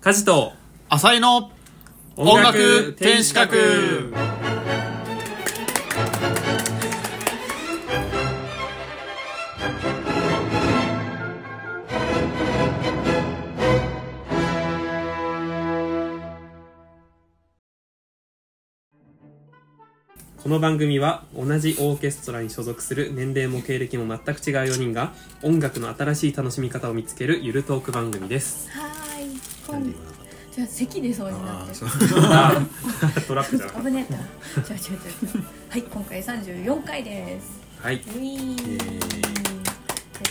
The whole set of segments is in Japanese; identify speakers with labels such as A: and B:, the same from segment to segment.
A: カジと
B: 浅井の音楽天使閣
A: この番組は同じオーケストラに所属する年齢も経歴も全く違う4人が音楽の新しい楽しみ方を見つけるゆるトーク番組 です
C: はーい。こんじゃあ席でそうになってる。
A: あートラップじゃなかっ
C: 危ねえな。じゃあじゃあじゃあはい、今回三十四回です。
A: たはいう
C: いー。という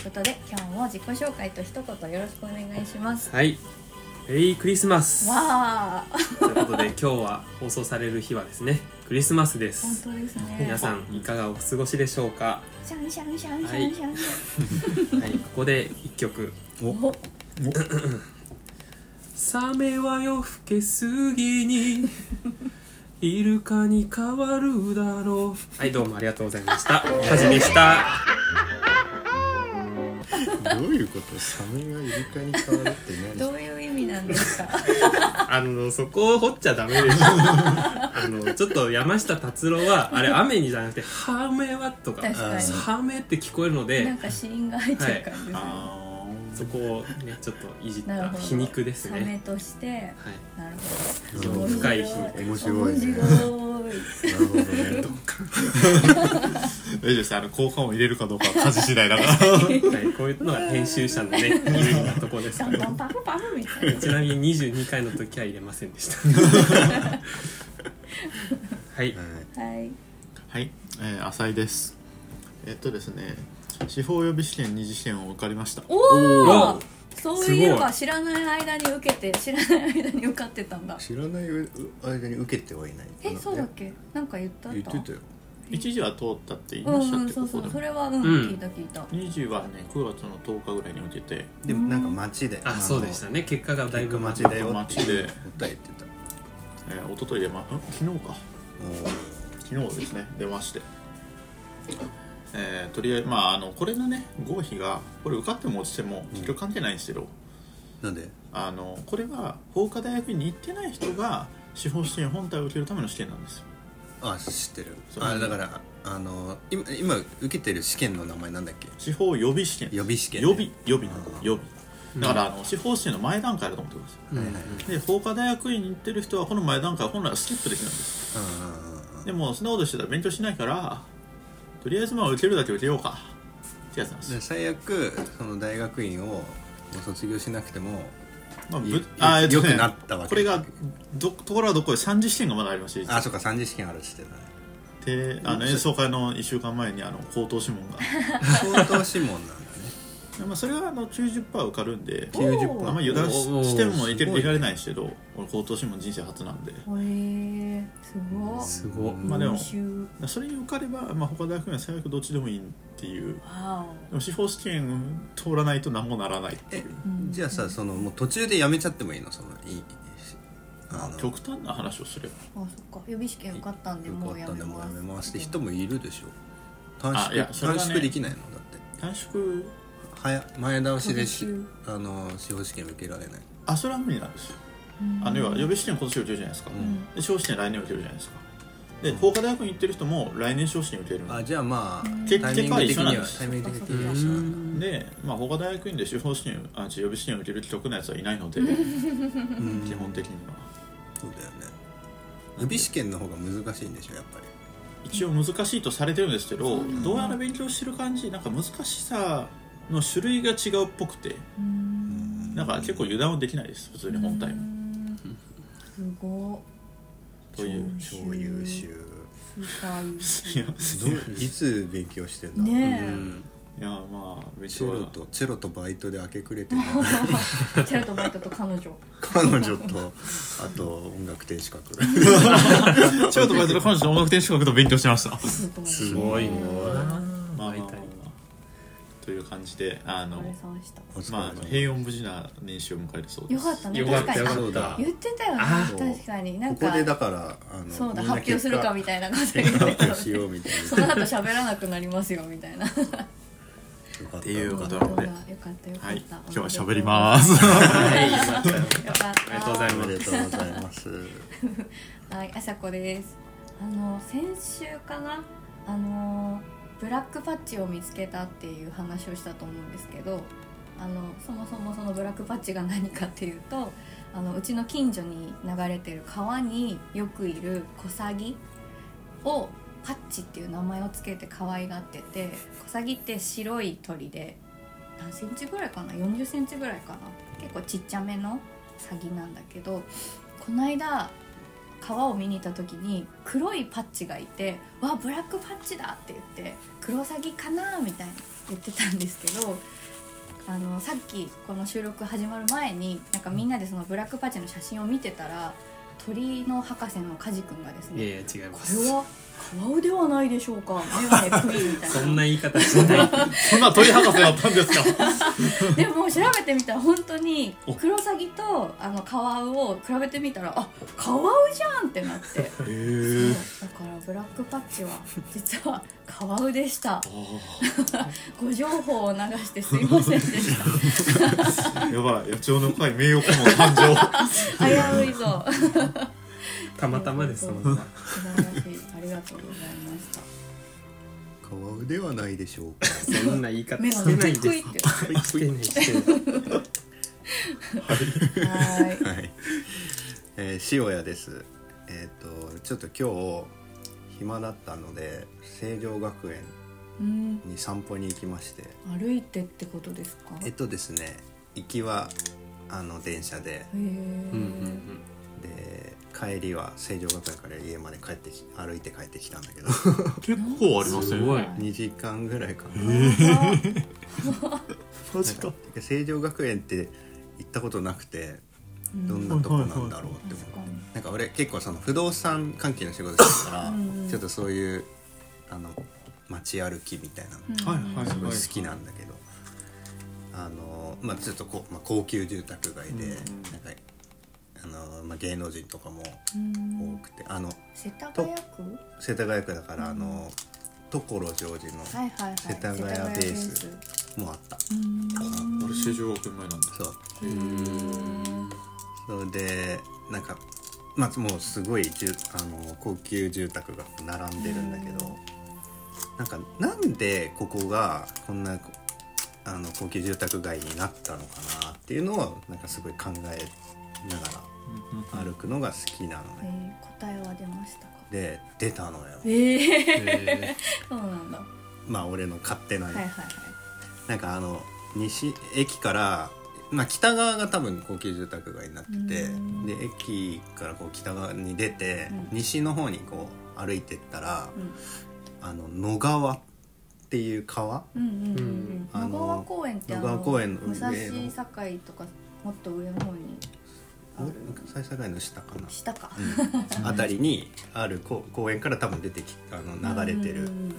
C: ことで今日も自己紹介と一言よろしくお願いします。
A: はいメリークリスマス
C: わあ、
A: ということで今日は放送される日はですねクリスマスで
C: 本
A: す
C: 当ですね。
A: 皆さんいかがお過ごしでしょうか
C: シャンシャンシャンシャンシャン。
A: はいここで一曲
C: お、
A: サメは夜更けすぎにイルカに変わるだろうはいどうもありがとうございま したはじめした
D: どういうことサメがイルカに変わるって
C: どういう意味なんですか。
A: あのそこを掘っちゃダメでしょあのちょっと山下達郎はあれ雨にじゃなくて「ハメは」とか「
C: 確か
A: ハメ」って聞こえるの
C: に。な
A: で
C: んか死因が入っちゃう感じですね。
A: そこをねちょっといじっ
C: なる
A: た
C: ほど。
A: 皮肉です
C: サメ
A: ね
C: として。
A: はい
C: なる
A: 非
C: ほ
A: 常
C: ど。
A: に深い皮肉
D: 面白い
C: 面
D: ね
C: 白い。
D: 何なるほどね
B: 大丈夫ですあの後半を入れるかどうかは家事次第だから
A: はいこういうのが編集者のね有利なとこです
C: パ
A: か
C: ン
A: ら
C: パンパフパフみたいな。
A: ちなみに22回の時は入れませんでした はい
C: はい。
B: はい、えー、浅井ですえっとですね司法予備試験二次試験を受かりました
C: お
A: お
C: お
A: ー。
C: そういえ
A: すご
C: ば
A: い
C: 知らない間に受けて知らない間に受かってたんだ。
D: 知らないう間に受けてはいない
C: え、そうだっけ？なんか言った
D: 言ってたよ
B: 一時は通ったって言い
C: うん
B: ました
C: う
B: っ
C: ん
B: け、
C: そうそ
B: ここ
C: う
B: で
C: それはうん
A: うん
C: 聞いた聞いた。
B: 二時はね9月の10日ぐらいに受けて
D: でもなんか街で
A: あそうでしたね結果がだい
D: 結
A: ぶ
D: 構
A: 待
D: 街
A: ち
D: だよって
B: 街で
D: 訴えてた
B: えー、一昨日でまん昨日か
D: お
B: 昨日ですね出ましてえー、とりあえずまああのこれのね合否がこれ受かっても落ちても結局関係ないんですけど、
D: ーなんで
B: あのこれは法科大学に行ってない人が司法試験本体を受けるための試験なんですよ
D: あ知ってる
B: そう
D: あだからあの今今受けてる試験の名前なんだっけ
B: 司法予備試験
D: 予備試験ね
B: 予備予備なんだ
D: あー
B: 予備だから、あの司法試験の前段階だと思ってくださ
A: うん
B: いで法科大学院に行ってる人はこの前段階を本来はスキップできるんです
D: うんうんうんうん
B: でもそんなことしてたら勉強しないからとりあえずまあ受けるだけ受けようかってやつなんです
D: で
B: よ、
D: 最悪その大学院を卒業しなくても
B: まあ
D: よ
B: ぶあーえっとね
D: よくなったわけ
B: これがどところはどこで3次試験がまだありまして
D: あそうか三次試験あるっつってたね
B: であの演奏会の1週間前にあの口頭試問が
D: 相当諮問なんだね
B: でまあそれはあの90%受かるんで
C: おー
B: あんまり油断し
A: おー
B: してもいけ
D: す
B: る
D: ごいね
B: いられないんですけど俺高等試問人生初なんで
C: へえ、すごい。
A: すごっ
B: まあでも
C: 優秀。
B: それに受かれば、まあ、他大学には最悪どっちでもいいっていう
C: わ
B: でも司法試験通らないと何もならないっていう
C: お。うん
D: じゃあさそのもう途中でやめちゃってもいいのそのいいあの
B: 極端な話をすれば
C: あ、そっか。予備試験受かったんで
D: よ
C: も
D: か
C: う
D: っ
C: や
D: たん
C: め
D: でもうやめま
C: ますす。
D: って人もいるでしょ短
B: あいや
D: 縮
B: それはね
D: 短縮できないのだって
B: 短縮
D: 早前倒しでし
C: 途中
D: あの司法試験受けられない
B: あそれは無理なんですよあの要は予備試験今年受けるじゃないですか、
C: ん
B: で司法試験来年受けるじゃないですかで法科大学に行ってる人も来年司法試験受けるんで
D: あじゃあまあ
B: 結
D: タイミング的には
B: 結
D: タイミング的
A: う
D: には一緒なんだ
A: ん
B: で、まあ、法科大学院で司法試験あ違う予備試験を受ける既得なやつはいないので
D: うん
B: 基本的には
D: そうだよね予備試験の方が難しいんでしょやっぱり
B: 一応難しいとされてるんですけどどうやら勉強してる感じなんか難しさの種類が違うっぽくてなんか結構油断はできないです普通に本体も
C: すご
B: という
D: 超優秀
C: い。すごい。
B: いや
D: どういつ勉強してんだ
C: ねえ
B: いやまあ勉
D: チ
B: 強
D: ェロ
B: は
D: とチェロとバイトで明け暮れてる
C: チェラとバイトと彼女。
D: 彼女とあと音楽停止格
B: チェロとバイトの彼女の音楽天使学と勉強してました
C: す
A: ごいな
B: まあまあまあ
A: バイタリ
B: まあという感じであ
C: お
B: の
C: 疲れ様でした。
D: お疲れ
B: まああ
D: 様
B: の平穏無事な年始を迎えるそうで
C: よ
B: す
C: かったね。
A: よか
C: 確
A: った
C: か
A: よかっ
C: に。あ
D: そうだ
A: た
C: 言ってたよね。確かに。なん
D: ここ
C: か。
D: でだからあの
C: そうだ
D: み
C: 発
D: んな
C: 表するかみたいなこと
D: 結果
C: 言っ て
D: 発
C: たよ
D: 表しようみたい
C: その後喋らなくなりますよみたいな
D: かった
B: っていうこと
C: よ
B: な
C: かっ
B: の
C: た
B: で
C: よかった。
B: はい今日は喋ります
A: はいまた
C: す。よかった。
A: ありがとうござい
D: お
A: ま
D: め
A: す
D: でとうございます
C: はい、あさこです。あの先週かな、あのブラックパッチを見つけたっていう話をしたと思うんですけど、あのそもそもそのブラックパッチが何かっていうと、あのうちの近所に流れてる川によくいるコサギをパッチっていう名前をつけて可愛がってて、コサギって白い鳥で何センチぐらいかな、40センチぐらいかな、結構ちっちゃめのサギなんだけど、この間川を見に行った時に黒いパッチがいて「わブラックパッチだ!」って言って「クロサギかな?」みたいに言ってたんですけどあのさっきこの収録始まる前になんかみんなでそのブラックパッチの写真を見てたら鳥の博士のカジ君がです
A: いやい
C: ね
A: や違い
C: 「こ
A: ま
C: れ
A: す
C: はカワウではないでしょうか」眼鏡クイーンみたい
A: そ
C: な。
A: んな言い方しない
B: そんな鳥博士だったんです か
C: でも調べてみたら本当にクロサギとあのカワウを比べてみたらあカワウじゃんってなって
B: へ
C: そう
B: え
C: だからブラックパッチは実はカワウでした ご情報を流してすいませんでし
B: やばい野鳥の会名誉顧問誕生
C: た危ういぞ
A: たまたまですそんな
C: 素晴らしいありがとうございました
D: カワウではないでしょうか
A: そんな言い方
C: 目
A: し
C: が
A: て
C: ね
A: ない
C: 低
A: で
C: い
A: す
C: って
A: してないしてない
C: はい
D: はい、えー、塩屋ですえっ、とちょっと今日暇だったので成城学園
C: うん
D: に散歩に行きまして
C: 歩いてってことですか
D: えっ
C: へ
D: とですね行きはあの電車で
C: え
A: うんうん
D: で帰りは成城学園から家まで帰ってき歩いて帰ってきたんだ けど
B: 結構あり
A: う
B: ま
A: ん
B: す
A: す
B: よ
A: ごい
B: ね
D: 2時間ぐらいかな
B: マジか
D: 成城学園って行ったことなくてどんなとこなんだろうって思って、
C: はいはいはい
D: なんか俺結構その不動産関係の仕事してたから
C: うん
D: ちょっとそういうあの街歩きみたいなの
B: はいはい
D: すごい
B: はい
D: 好きなんだけど、あのまあちょっとこう、まあ、高級住宅街で、
B: うん
D: なんかあの、まあ、芸能人とかも多くて、あの
C: 世田谷区
D: 世田谷区だから、
C: うん
D: あの所ジョージの
C: はいはいはい
D: 世田谷ベース
C: 世田谷ベ
D: もあった、
C: スうん
B: 俺成城学園前なんだ
D: そ
A: う
D: う
A: ん
D: それでなんかまあもうすごい住あの高級住宅が並んでるんだけど、なんかなんでここがこんなあの高級住宅街になったのかなっていうのをなんかすごい考えながら歩くのが好きなの
C: え
D: ね。
C: ー答えは出ましたか
D: で出たのよ。
C: ええ
A: え
C: そうなんだは
D: まあ俺の勝手な、
C: いはいはい
D: なんかあの西駅からまあ北側が多分高級住宅街になってて
C: う
D: で
C: ん
D: 駅からこう北側に出て、
C: うん
D: 西の方にこう歩いてったら、
C: うん
D: あの野川っていう川
C: うんうんうんうん
D: あの
C: 野川公園ってあの
D: 野川公園の上の
C: 武蔵境とかもっと上の方にある
D: 最盛街の下かな
C: 下か
D: あたりにあるこう公園から多分出てきあの流れて
C: うん
D: る
C: うんうんはい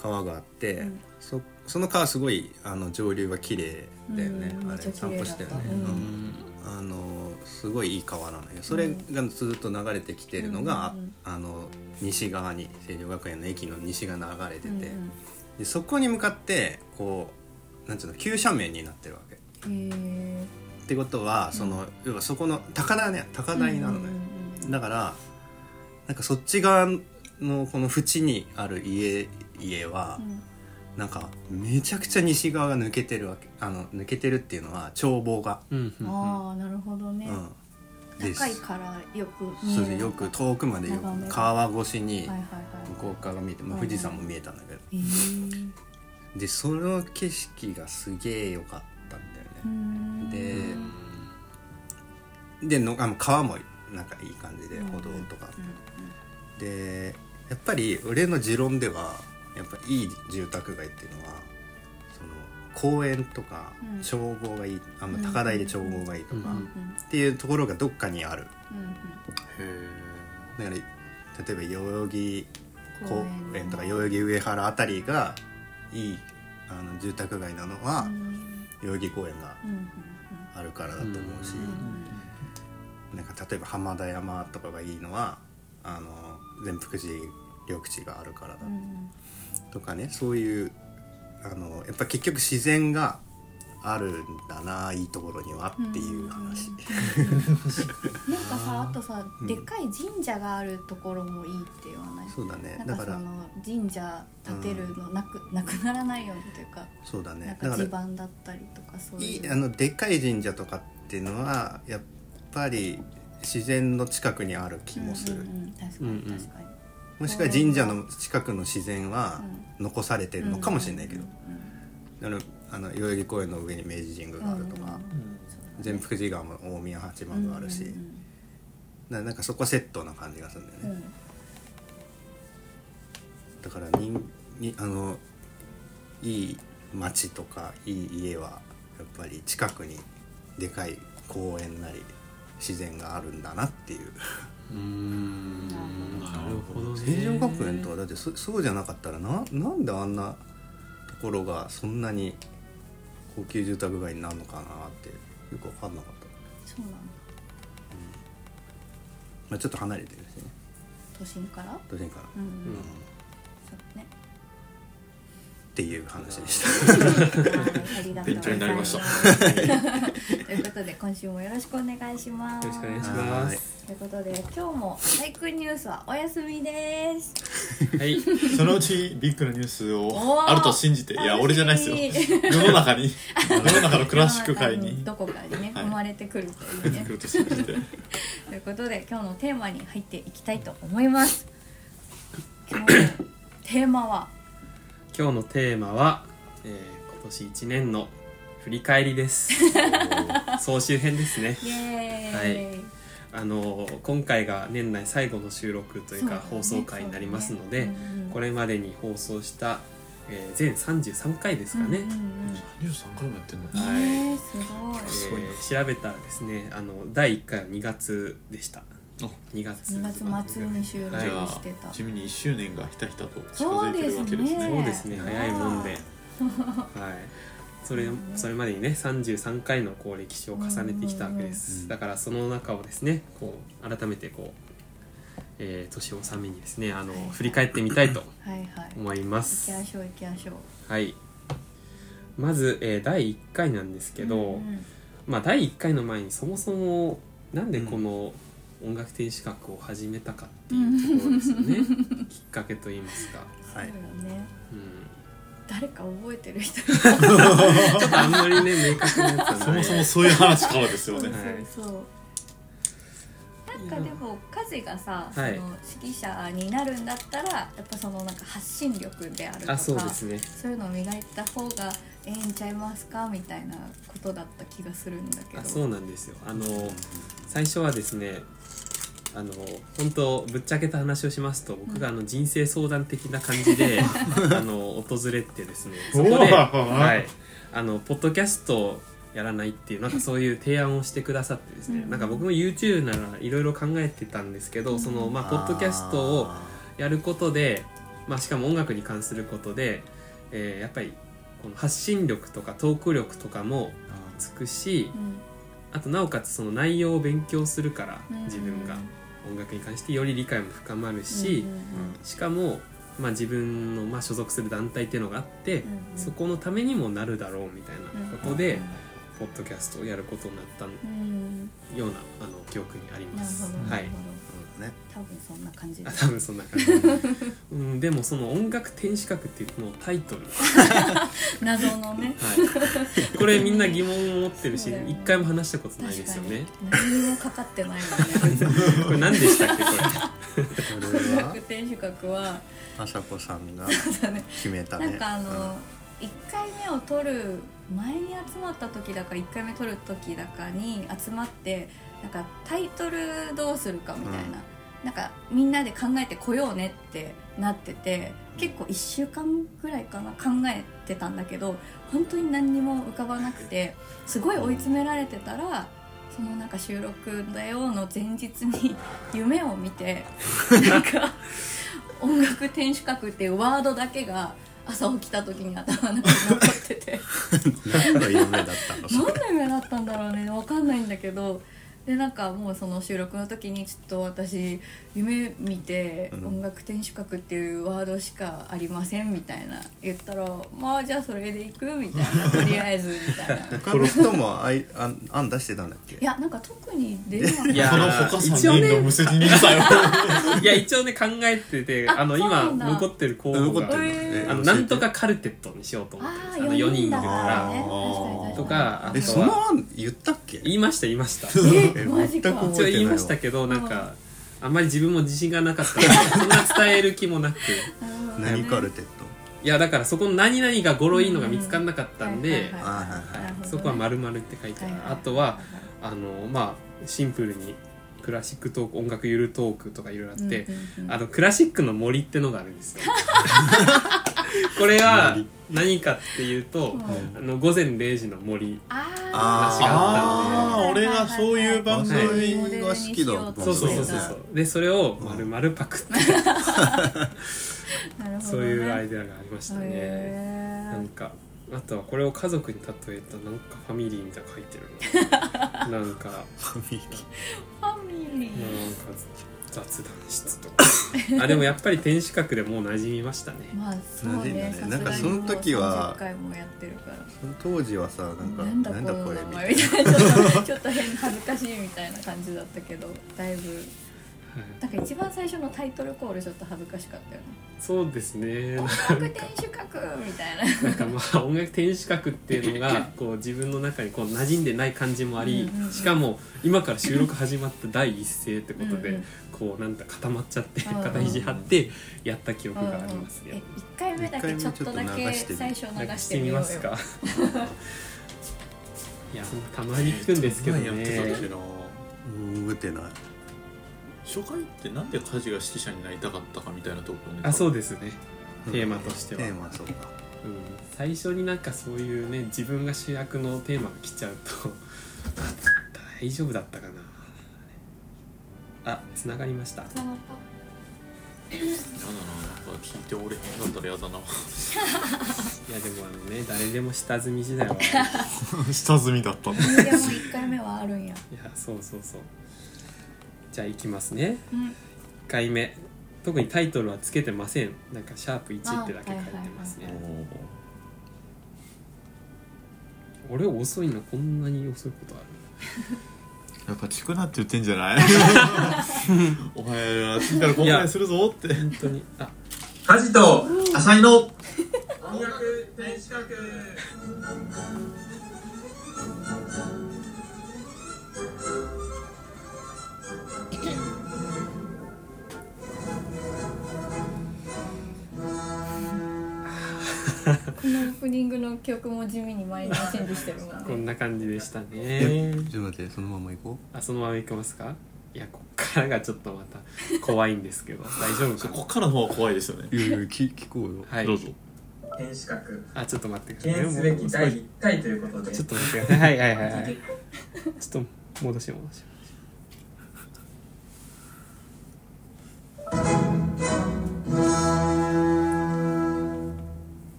D: 川があって、
C: うん
D: そその川すごいあの上流が綺麗だよね、
C: うんめ
D: あ
C: っちゃ綺
D: れ
C: 麗だ
D: 散歩
C: った
D: したよね、
C: うん
D: うん
A: ー
D: あのすごいいい川なのよそれがずっと流れてきてるのが、
C: うんうんうん
D: あの西側に成城学園の駅の西が流れてて、
C: はいはいうん
D: でそこに向かってこうなんつうの急斜面になってるわけ。っ
C: うんへえ
D: てことはその、要はそこの高台ね高台なのね、
C: うん
D: だからなんかそっち側のこの縁にある家家は、
C: うん
D: なんかめちゃくちゃ西側が抜けてるわけあの抜けてるっていうのは眺望が、
A: うんうんうん
C: ああなるほどね
D: うん、です
C: 高いからよく見
D: そう
C: え
D: で
C: る
D: すよく遠くまでよ
C: 眺めが
D: 川越しに
C: はいはい
D: 向
C: は
D: こう側が見えて、まあ
C: うん
D: 富士山も見えたんだけど、
C: いへえ
D: でその景色がすげえ良かったんだ
C: う
D: よね、
C: ん
D: ででのあの川もなんかいい感じで歩道とか、でやっぱり俺の持論ではやっぱいい住宅街っていうのはその公園とか
C: うん
D: 眺望がいい、あんま高台で眺望がいいとか、
A: うん
C: うん
D: っていうところがどっかにある
C: うん
D: だから例えば代々木公
C: うん
D: 園とか代々木上原あたりがいいあの住宅街なのは、
C: うん
D: 代々木公園が
C: うんうん
D: あるからだと思うし、なんか例えば浜田山とかがいいのはあの全福寺緑地があるからだ
C: うんうん
D: とかねそういうあのやっぱ結局自然があるんだないいところにはっていう話、
C: なんかさあとさ、
D: うん
C: でっかい神社があるところもいいっていう話
D: そうだね
C: なん
D: だ
C: か
D: か
C: そ
D: ら
C: の神社建てるのなく,、なくならないようにというか
D: そうだ
C: なん
D: ねだ
C: か
D: か
C: 地
D: ら
C: 盤だったりとかそう
D: い
C: いう
D: いあのでっかい神社とかっていうのはやっぱり自然の近くにある気もする、
C: うんうんうん確か
A: うん
C: に
A: うん
C: 確かに、
D: もしくは神社の近くの自然は残されて
C: う
D: るのかもしれないけど、
C: んうん
D: あのあの代々木公園の上に明治神宮があるとか、
C: うん
B: うん
D: 全福寺川も大宮八
C: うん
D: 幡があるし、ななんかそこはセットな感じがするんだよ
C: うんう
D: ね、
C: ん
D: だからににあのいい町とかいい家はやっぱり近くにでかい公園なり自然があるんだなっていう
A: うーんなるほどね
D: 成城学園とはだってそそうじゃなかったらななんであんなところがそんなに高級住宅街になるのかなってよく分かんなかった、
C: そうなんだ
D: まあ、ちょっと離れてるしね
C: 都心から
D: どうせかな、
C: うん、う
A: うん
C: ん、そうね
D: っていう話でし
C: はいありがとう
B: 勉
C: ご
B: 強にな
C: ざい
B: り
C: ま
B: ますし
C: ということで今週もよろしくお願いしま
A: よ
C: す
A: ろしくお願い
D: た
A: します
C: ということで今日も最イニュースはお休みです
A: はい
B: そのうちビッグなニュース
C: お
B: を
C: ー
B: あると信じていや俺じゃないですよ世の中に世の中のクラシック界に
C: どこかにね
B: はい
C: 生まれてくるという
B: 出て
C: ね
B: くると信じて
C: ということで今日のテーマに入っていきたいと思います今日のテーマは
A: 今日のテーマは、えー今年1年の振り返りです 総集編ですね
C: イエーイ、
A: はいあのー今回が年内最後の収録というか
C: そう
A: 放
C: ですね
A: 送回になりますので、
C: そうですねうんうん
A: これまでに放送した、えー全33回ですかね、
C: うんうんうん
B: ニュース3回もやってんの
A: はい
C: ねえすごい
A: えー
B: すごいな
A: 調べたらですねあの第1回は2月でした2月
C: 2月末に収録
A: はい
B: じゃ
C: してた
B: あ地味に1周年がひたひたと近づいてるわけです
C: そうですね
B: ね
A: そうですね
C: ね
A: 早いもんではいそれそれまでにね33回のこう歴史を重ねてきたわけで
D: うんうんうん
A: すだからその中をですねこう改めてこう、えー年を納めにですねあの
C: はい
A: 振り返ってみたいと
C: はいはい行
A: 思いま
C: き
A: す
C: ましょう行きましょう
A: はいまず、えー第1回なんですけど、
C: うんうん
A: まあ第1回の前にそもそもなんでこの音楽天資格を始めたかっていうところですよね、きっかけといいますか、
C: そう
D: は
C: よ
D: い
C: ね
A: うん、
C: 誰か覚えてる人
A: ちょっとあんまりね明確なやつはない
B: そもそもそういう話からですよ
C: そう
B: ね
C: そうそうなんかでもカジがさ、
A: はい
C: その指揮者になるんだったらやっぱそのなんか発信力であるとか
A: あそ
C: そうう
A: ですね
C: いうのを磨いた方がええんちゃいますかみたいなことだった気がするんだけど
A: あそうなんですよあの最初はですねあの本当ぶっちゃけた話をしますと僕があの人生相談的な感じであの訪れてですねそこで、
B: おー
A: はい、あのポッドキャストをやらないっていうなんかそういう提案をしてくださってですね、
C: うん
A: なんか僕も YouTube ならいろいろ考えてたんですけど、そのまあポッドキャストをやることで、まあ、しかも音楽に関することで、えーやっぱりこの発信力とかトーク力とかもつくし
C: うん
A: あとなおかつその内容を勉強するから
C: うん
A: 自分が音楽に関してより理解も深まるし
C: うんうん
A: しかも、まあ、自分のまあ所属する団体っていうのがあって
C: うんうん
A: そこのためにもなるだろうみたいなこと
C: う
A: で
C: ん
A: ポッドキャストをやることになった
C: うん
A: ようなあの記憶にあり
C: な
A: ま
C: るほ
A: す
C: ど。な
A: は
C: る
A: い
C: ほど、
D: うんね
C: 多分そんな感じで
A: あ
C: す
A: 多分そんな感じ、うん、でもその「音楽天資格」っていうこのタイトル、 は
C: 謎のね
A: い、これみんな疑問を持ってる
C: そ
A: し
C: うだよね
A: 一回も話したことない
C: 確
A: ですよ
C: かに、
A: ね
C: 何にもかかってないも んね
A: これ何でしたっけこ
D: それは
C: 楽天資格は
D: 朝子さんが
C: そうだね
D: 決めた
C: な
D: ね
C: んかあの、一1回目を取る前に集まった時だか1回目取る時だかに集まってなんかタイトルどうするかみたいな、
D: うん
C: なんかみんなで考えてこようねってなってて結構1週間ぐらいかな考えてたんだけど本当に何にも浮かばなくてすごい追い詰められてたら。そのなんか収録だよの前日に夢を見てなんか音楽天守閣っていうワードだけが朝起きた時に頭の中に残ってて
D: 何の夢だったのそ
C: 何の
D: れ
C: 夢だったんだろうね分かんないんだけどでなんかもうその収録の時にちょっと私夢見て
D: うん
C: 音楽天守閣っていうワードしかありませんみたいな言ったらまあじゃあそれで行くみたいなとりあえずみた いない
D: 他の人もあいあん案出してたんだっけ
C: やなんか特に出なかった
A: いや
B: その他3
A: 一応ね
B: 人の無責任さよ
A: いや一応ね考えてて
C: あ
A: あの
C: そうな
A: 今
C: んだ
A: 残ってる候
D: 残
A: 補
D: って
A: が
D: る
C: え
D: え
A: あの
D: 教えて
A: なんとかカルテットにしようと思ってま
C: あ
A: す
C: あ
A: あの
C: 4
A: 4
C: 人
A: 人
C: だか
A: で
C: らね
D: あー
A: とかあと
D: えそ
A: は
D: の案言ったっけ
A: 言いました言いました
C: えマジか
D: 全く
A: 一応
D: 覚えてないわ
A: 言いましたけどなんかあんまり自分も自信がなかったのでそんな伝える気もなく
C: 確かに確かに
D: 何カルテット
A: いやだからそこの何々が語呂いいのが見つからなかったんで、
C: はい
D: あ
C: は
D: はい
C: はい
D: いはい
C: なるほどね
A: そこは丸々って書いてある、あとはあのまあシンプルにクラシックトーク音楽ゆるトークとかいろいろあって、あのクラシックの森ってのがあるん ですよこれは
D: 森
A: 何かっていうと
C: はい
A: 「あの午前0時の森
C: あ
D: あ
A: ー
B: ああ俺がそういう番
D: 番
B: 組、
D: 組が好きだ
C: はい」
A: そうそうそうそうそうでそれを丸々パクって、
C: なるほどね
A: そういうアイデアがありましたね、
C: へー
A: なんかあとはこれを家族に例えたなんかファミリーみたいなの書いてるな なんか
D: ファミリー
C: ファミリー
A: なんか雑談室とかあでもやっぱり天守閣でもう馴染みましたね
C: まあそうね
D: 馴染んだねなんかその時は
C: 30回もやってるから
D: その当時はさなんか
C: なんだ
D: なんだ
C: こ
D: こ
C: の
D: れ
C: 名
D: みた
C: 前
D: い
C: み
D: な
C: たいなちょっとちょっと変恥ずかしいみたいな感じだったけどだいぶ
A: はい
C: なんか一番最初のタイトルコールちょっと恥ずかしかっ たよね
A: そうですね
C: 「音楽天守閣」みたいな
A: なんかまあ音楽天守閣っていうの がこう自分の中にこう馴染んでない感じもあり
C: うんうんうん
A: しかも今から収録始まった第一声ってこと
C: うんう
A: で
C: ん
A: こうなんか固まっちゃって
C: うんうんうん
A: 肩肘張ってやった記憶があります
C: うんうんえ
A: ね
C: 一回目だけちょっとだ
D: 一回目
C: け
D: ちょっと流してみ
C: 最
D: る
C: 初流
A: なんか
C: してみようよ
A: ますかいやほんとたまに聞くんですけど
B: やってたんだけ
A: ね
B: ど
D: うん覚えてない
B: 初回ってなんで家事が指揮者になりたかったかみたいなところね
A: あそう
B: う
A: ですねテーマとしては
D: テーマそうか
A: うん、最初になんかそういうね自分が主役のテーマが来ちゃうと大丈夫だったかなあつながりました
C: そ
B: やだ
C: の
B: ななんか聞いて俺変だったらやだな
A: いやでもあのね誰でも下積み時 代はい
B: 下積みだ ったんだ
C: パでも1回目はあるんや
A: やそうそうそうじゃあいきますね
C: うん
A: 1回目特にタイトルはつけてませんなんか「シャープ #1」ってだけ書いてますね、俺遅いなこんなに遅いことある
B: やっぱチクなって言ってんじゃない お前は次から後悔するぞって
A: 本当にあ
B: 家事と 浅井の
A: 音楽天守閣
C: このオープニングの曲も地味に毎日チェンジしてるも
A: こ
C: ん
A: ん
C: ね
A: な感じでした
D: え
A: ね
D: ちょっと待ってそのまま行こ
A: あそのまま行きますかいやこっからがちょっとまた怖いんですけど大丈夫か
B: ここからの方が怖いですよね
D: ういやいや聞聞こうよ
A: なは
B: ど
A: いう
B: ぞ
E: 天守閣
A: あちょっと待ってく
E: 記
A: ださい
E: 念すべき第1回ということで
A: ちょっと待ってくださいはいはいはいはいちょっと戻して戻して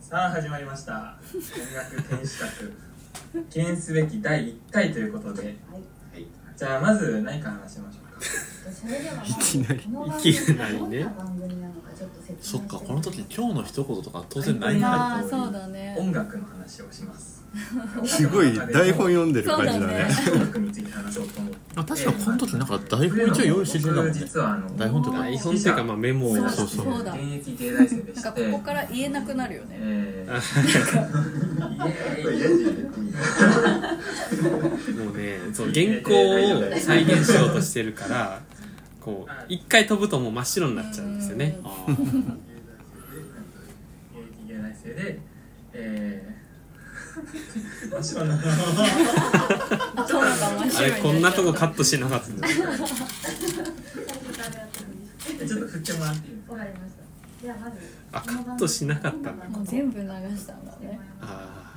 E: さあ始まりました音楽天守閣記念すべき第1回ということで、じゃあまず何から話しましょうか
D: いきなり
A: いきなりね
B: そっかこの時今日の一言とか当然ないんだ
C: ああそうだね
E: 音楽の話をします
D: すごい台本読んでる感じだね
C: そ
E: 音楽について話そうと思って
B: あ確かこの時なんか台本一応用意してくれたもん
E: 僕
B: ね
E: 実はあの
B: 台本とか
A: 台本っていうかまあメモを
C: そうだ
B: そうそう
C: そうだ
E: 現役芸大生で
C: なん
E: し
C: か
E: て
C: ここから言えなくなるよね
E: え
A: あ
E: ー、イエーイ
A: もうねそう原稿を再現しようとしてるからこう一回飛ぶともう真っ白になっちゃうんですよね
C: う
B: あー
E: 現役芸大生で、えー、 真っ白な
C: 頭が真っ
A: あ
C: 白
A: れ
C: にっちゃう
A: こんなとこカットしなかった
E: ちょっと振ってもらっていいですか
A: あカットしなかったんだ
C: もう全部流したんだね
A: あ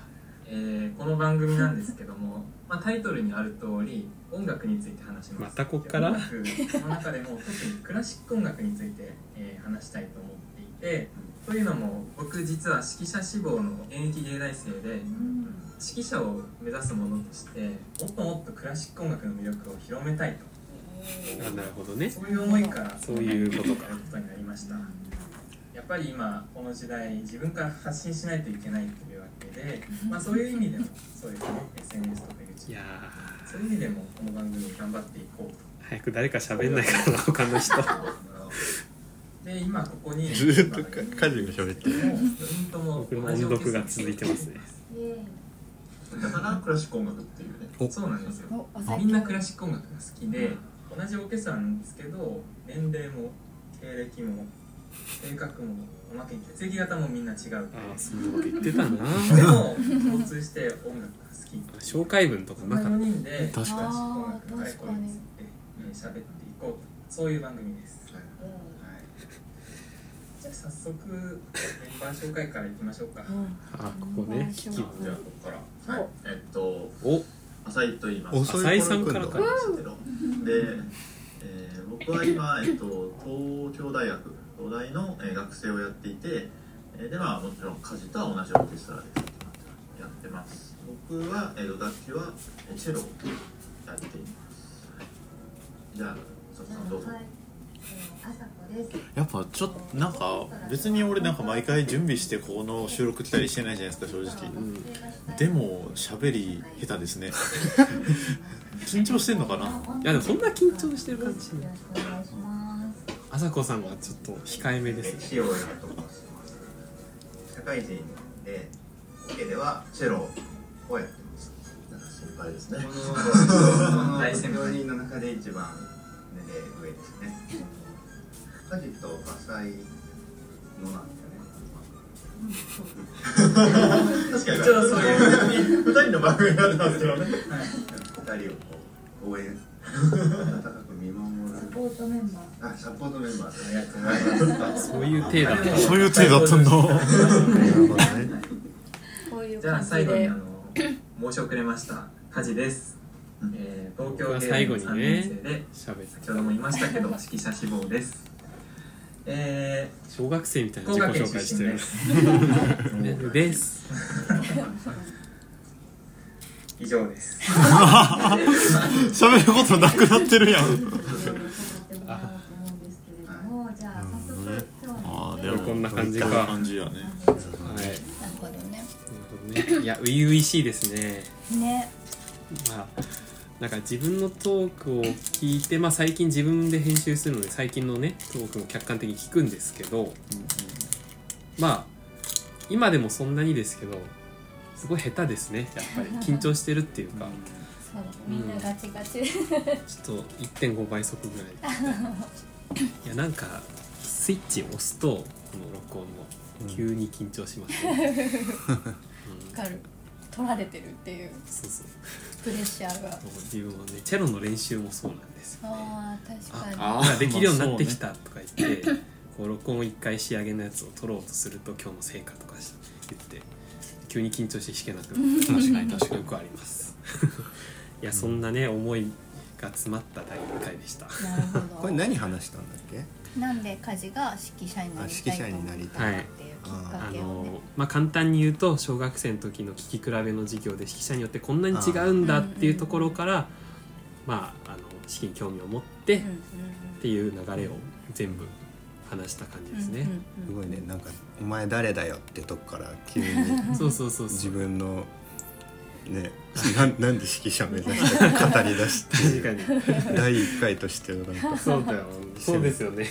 E: えーこの番組なんですけども、まあ、タイトルにある通り音楽について話しま
A: ま
E: す
A: たこっから
E: 音楽の中でも特にクラシック音楽について、えー話したいと思っていてというのも僕実は指揮者志望の現役芸大生で指揮者を目指すものとしてもっともっとクラシック音楽の魅力を広めたいと
A: あなるほどね
E: そういう思いから
A: そういうことか
E: やることになりましたやっぱり今この時代自分から発信しないといけないというわけで、まあ、そういう意味でもそうですね SNS とか
A: い
E: YouTube
A: や
E: そういう意味でもこの番組頑張っていこうと
A: ー早く誰か喋んないからな他の人
E: で今ここに
D: ずーっとか家事が喋ってる
E: もう4人とも
A: 僕の音読が続いてますね
E: だからクラシック音楽っていう
D: お
E: ねそうなんですよ
C: おお酒
E: みんなクラシック音楽が好きで同じオーケストラなんですけど年齢も経歴も性格もおまけに血液型もみんな違うっていう
A: ああそんなこと言ってたな
E: でも共通して音楽が好き
A: 紹介文とか
E: そん
A: な
E: な
A: かっ
E: 4人で
B: 確か
E: クラシ
B: に
E: ック音楽のあれこれについてえー喋っていこうとそういう番組です、はいじゃあ早速メンバー紹介からいきましょうか
C: うん
A: たあここね聞き
F: じゃあここから、はい、えっと
A: お
F: 浅井と言います
D: 遅
A: 浅井さんから
F: で
A: か、
F: えー僕は今、えっと、東京大学東大のえー学生をやっていて、えーでまあもちろん家事とは同じオーケストラでやってます僕は、えー、楽器はえーチェロをやっています、はい、じゃあ佐藤さんどうぞ、
B: やっぱちょっとなんか別に俺なんか毎回準備してこの収録来たりしてないじゃないですか正直、でも喋り下手ですね緊張してんのかない
A: やでもそんな緊張してる感じしないあさこさんはちょっと控えめですね
F: 塩をやと申します社会人でオケではチェロをやってます心配ですねこの
E: 大先輩
F: 4人の中で一番年齢上ですねカジと浅井のなんだよね確かに
E: ちょっとそういう
F: 2人の番組なんですよね
E: はい
F: 2人をこう応援温かく見守るサポートメンバーあサポートメンバーありがとうございます
A: そういう体だった
B: そういう手だったんだ
C: こういう
E: じゃあ
C: 感
E: 最
C: じ
E: 後に
C: で
E: あの申し遅れましたカジです、えー、東京芸大3年生で
A: 喋って
E: 先ほども言いましたけど指揮者志望ですえ
A: 小学生みたい
E: ー、
A: な
E: 福
A: 自
E: 岡
A: 己
E: 県
A: 紹介し
E: 出
A: て
E: 身
A: るねで
E: です
A: す
E: 以上です
B: 喋ることなくなってるやんあーで
A: これこんな感じか
B: こんな
A: は
B: 感じやね
A: いなる
C: なるほどね
A: ほどねいや初々しいですね
C: ね
A: まあなんか自分のトークを聞いて、まあ、最近自分で編集するので最近のねトークも客観的に聞くんですけど、まあ今でもそんなにですけどすごい下手ですねやっぱり緊張してるっていうか、
C: そうみんなガチガチで
A: ちょっと1.5倍速ぐらいですねいやなんかスイッチを押すとこの録音
D: うん
A: も急に緊張しますね、うん
C: かる取られてるっていう
A: そうそう
C: プレッシャーが
A: もう自分はねチェロの練習もそうなんですよね
C: あー確か
B: あ
A: あできるようになってきたとか言って、こう録音を一回仕上げのやつを撮ろうとすると今日の成果とか言って急に緊張して弾けなくなる確かに 確かによくあります いやそんなね思いが詰まった第1回でした
C: になるほど
D: これ何話したんだっけ
C: なんで家事が指揮者になりたいと思ったかっていうきっか
A: あ
C: けをね
A: のまあ、簡単に言うと小学生の時の聞き比べの授業で指揮者によってこんなに違うんだっていうところからまああの指揮に興味を持って
C: うんうん
A: っていう流れを全部話した感じ
C: うん
A: ですね。
C: うん
D: す
C: うん
D: ごいねなんか「お前誰だよ」ってとこから急に
A: そうそうそうそ
D: 自
A: う
D: 分のねななんで指揮者目指したか語り出して
A: 確かに
D: 第1回としてはなんか
A: そうだよそうですよね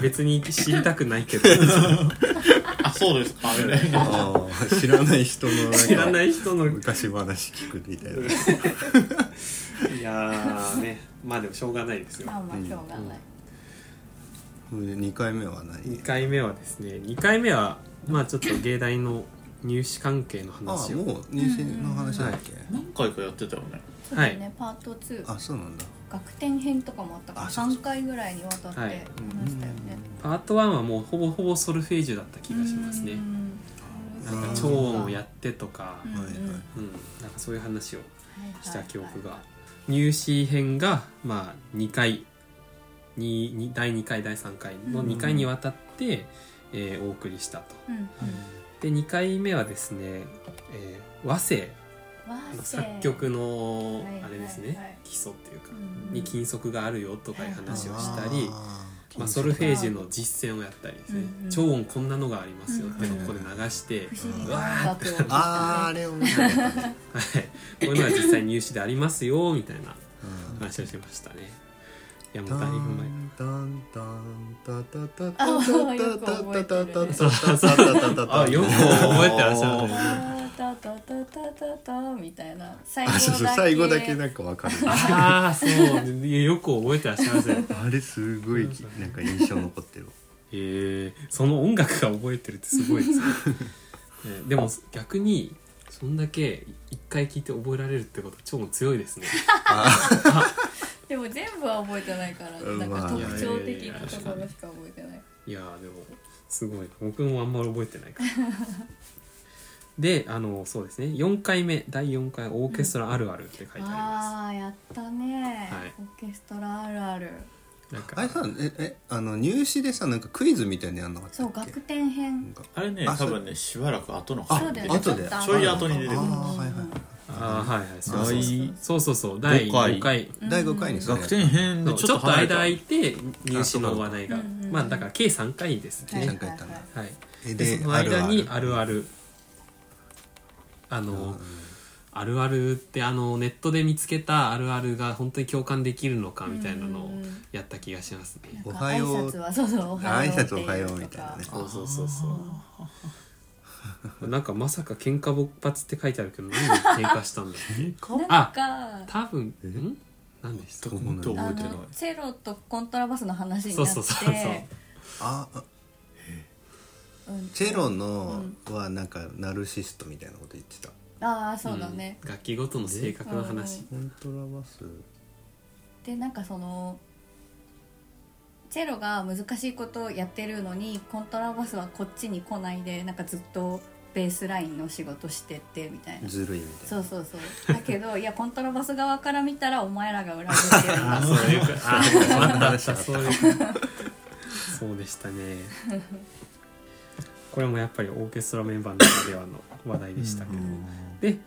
A: 別に知りたくないけど
B: あそうですかあれね
D: あー知らない人のなんか
A: 知らない人 のい
D: 昔話聞くみたいな
A: やーねまあでもしょうがないですよ
C: まあまあしょうがない
D: 2回目は何
A: 2回目はですね2回目はまあちょっと芸大の入試関係の
D: あ
A: 話
D: あ
A: を
D: もう妊娠の話だっけ、
B: 何回かやってたよね
C: ちょっとねパート2
D: あそうなんだ
C: 楽天編とかもあったから
D: あそうそう
C: 3回ぐらいにわたって
A: は
C: 話
A: い
C: したよね
A: パート1はもうほぼほぼソルフェージュだった気がします
C: う
A: ね
C: ん
A: なんか超音をやってとか
C: う、ん
D: はいはい
A: うん、なんかそういう話を
C: はいはい
A: した記憶が入試編がまあ2回にに第2回第3回の2回にわたって、えーお送りしたと
C: うんうん
A: で2回目はですね、えー和声
C: 和声
A: 作曲の
C: はい
A: あれですね、
C: はいはい
A: 基礎っていうか、
C: うん
A: に金属があるよとかいう話をした
D: あ
A: り、
D: ー
A: まあ、ソルフェージュの実践をやったりですね、
C: うんうん
A: 超音こんなのがありますよっていうのをここで流して、
C: 不思議な音楽を聞いたね
D: あーあれを見たかったね
A: はい、こういうのは実際入試でありますよみたいな
D: うん
A: 話をしてましたね。いやも
D: タ
A: うだいぶ
D: ン
A: 前。
D: タンタンタタタタ
C: あ
D: タ
C: ーよく覚えてる
D: タタタタタタタ
A: あよく覚えてらっしゃるね
C: タタタタタタみたいな最
D: あそうそう最後だけなんかわかる
A: ああそういやよく覚えてらっしゃいますね。
D: あれすごいなんか印象残ってるわ
A: えー、その音楽が覚えてるってすごいですねえーでも逆にそんだけ一回聞いて覚えられるってことは超強いですね
C: でも全部は覚えてないから、
D: うん
C: なんか
D: まあ
C: 特徴的なところしか覚えてない。
A: いやーでもすごい僕もあんまり覚えてないから であのそうですね4回目第4回オーケストラあるあるって書いてありま
C: ああーやったね、
A: はい
C: オーケストラあるある。
A: す、なんか
D: あれさええあの入試でさなんかクイズみたいにやんなかった
C: そう
D: っけ
C: 楽天編。
D: なんか
B: あれね
D: あ
B: 多
D: そう
B: 分ねしばらく後の
D: あ
C: そうだよね
D: 後で
C: ちょっと
B: ちょい後に出てくる
D: あーはいはい
A: ああはいはいそう
D: あ
A: そう
C: ー
A: そうそうそう第5
B: 五
A: 回
D: 第5回にそれ
B: 楽天
A: そ
B: 編で
A: う
B: ち
A: ち
B: ょ
A: ょ
B: っ
A: っ
B: と
A: と
B: 離れ
A: 間
B: た
A: 空いて入試の話題が
C: あそうかうんうん
A: まあだから計3回ですね、
C: はい
D: なんかやったな
A: はい、で
D: えで
A: その間に
D: あ
A: あるあるあのあるあるってあのネットで見つけたあるあるが本当に共感できるのかみたいなのを
C: うん
A: やった気がしますね
D: おはよう
C: 挨拶はそうそうおはよう
D: 挨拶おはようみたいなね
A: そうそうそうそうなんかまさか喧嘩勃発って書いてあるけど何で 喧嘩したんだっけ
C: なん
A: あ
C: か
A: 多分
D: え
A: ん何でした
D: どこ
B: 本当
C: あ
B: 覚えてない
C: のチェロとコントラバスの話になって
A: そうそうそうそう
D: ああ
C: うん
D: チェロのはなんかナルシストみたいなこと言ってた
C: ああそうだね、
A: うん楽器ごとの性格の話
D: コントラバス
C: でなんかそのチェロが難しいことをやってるのにコントラバスはこっちに来ないでなんかずっとベースラインの仕事しててみたいな
D: ずるいみたいな
C: そうそうそうだけどいやコントラバス側から見たらお前らが裏切ってるん
A: あ
C: だ
A: そういうかあそう
D: また話し
A: だ
D: た
A: そういうか そうでしたねこれもやっぱりオーケストラメンバーならではの話題でしたけど、で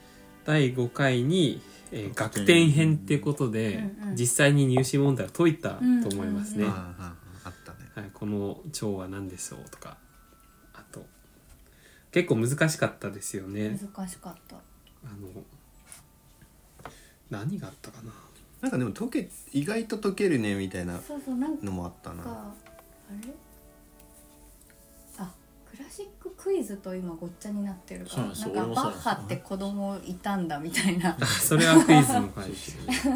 A: 第5回に、えー楽天編っていうことで、
C: うんうん
A: 実際に入試問題を解いたと思いますね、
C: うんうん
D: あああったね
A: はい、この蝶は何でしょうとかあと結構難しかったですよね
C: 難しかった
A: あの何があったかな
D: なんかでも溶け意外と溶けるねみたいな
C: そうそうなんか
D: のもあったな
C: あれあクラシッククイズと今ごっちゃになってるか
B: そう
C: ら
B: なんですよ
C: なんか
B: 俺もそう
C: バ
B: なん
C: ッ
B: です
C: ハって子供いたんだみたいな
A: それはクイズの回ですね
C: そ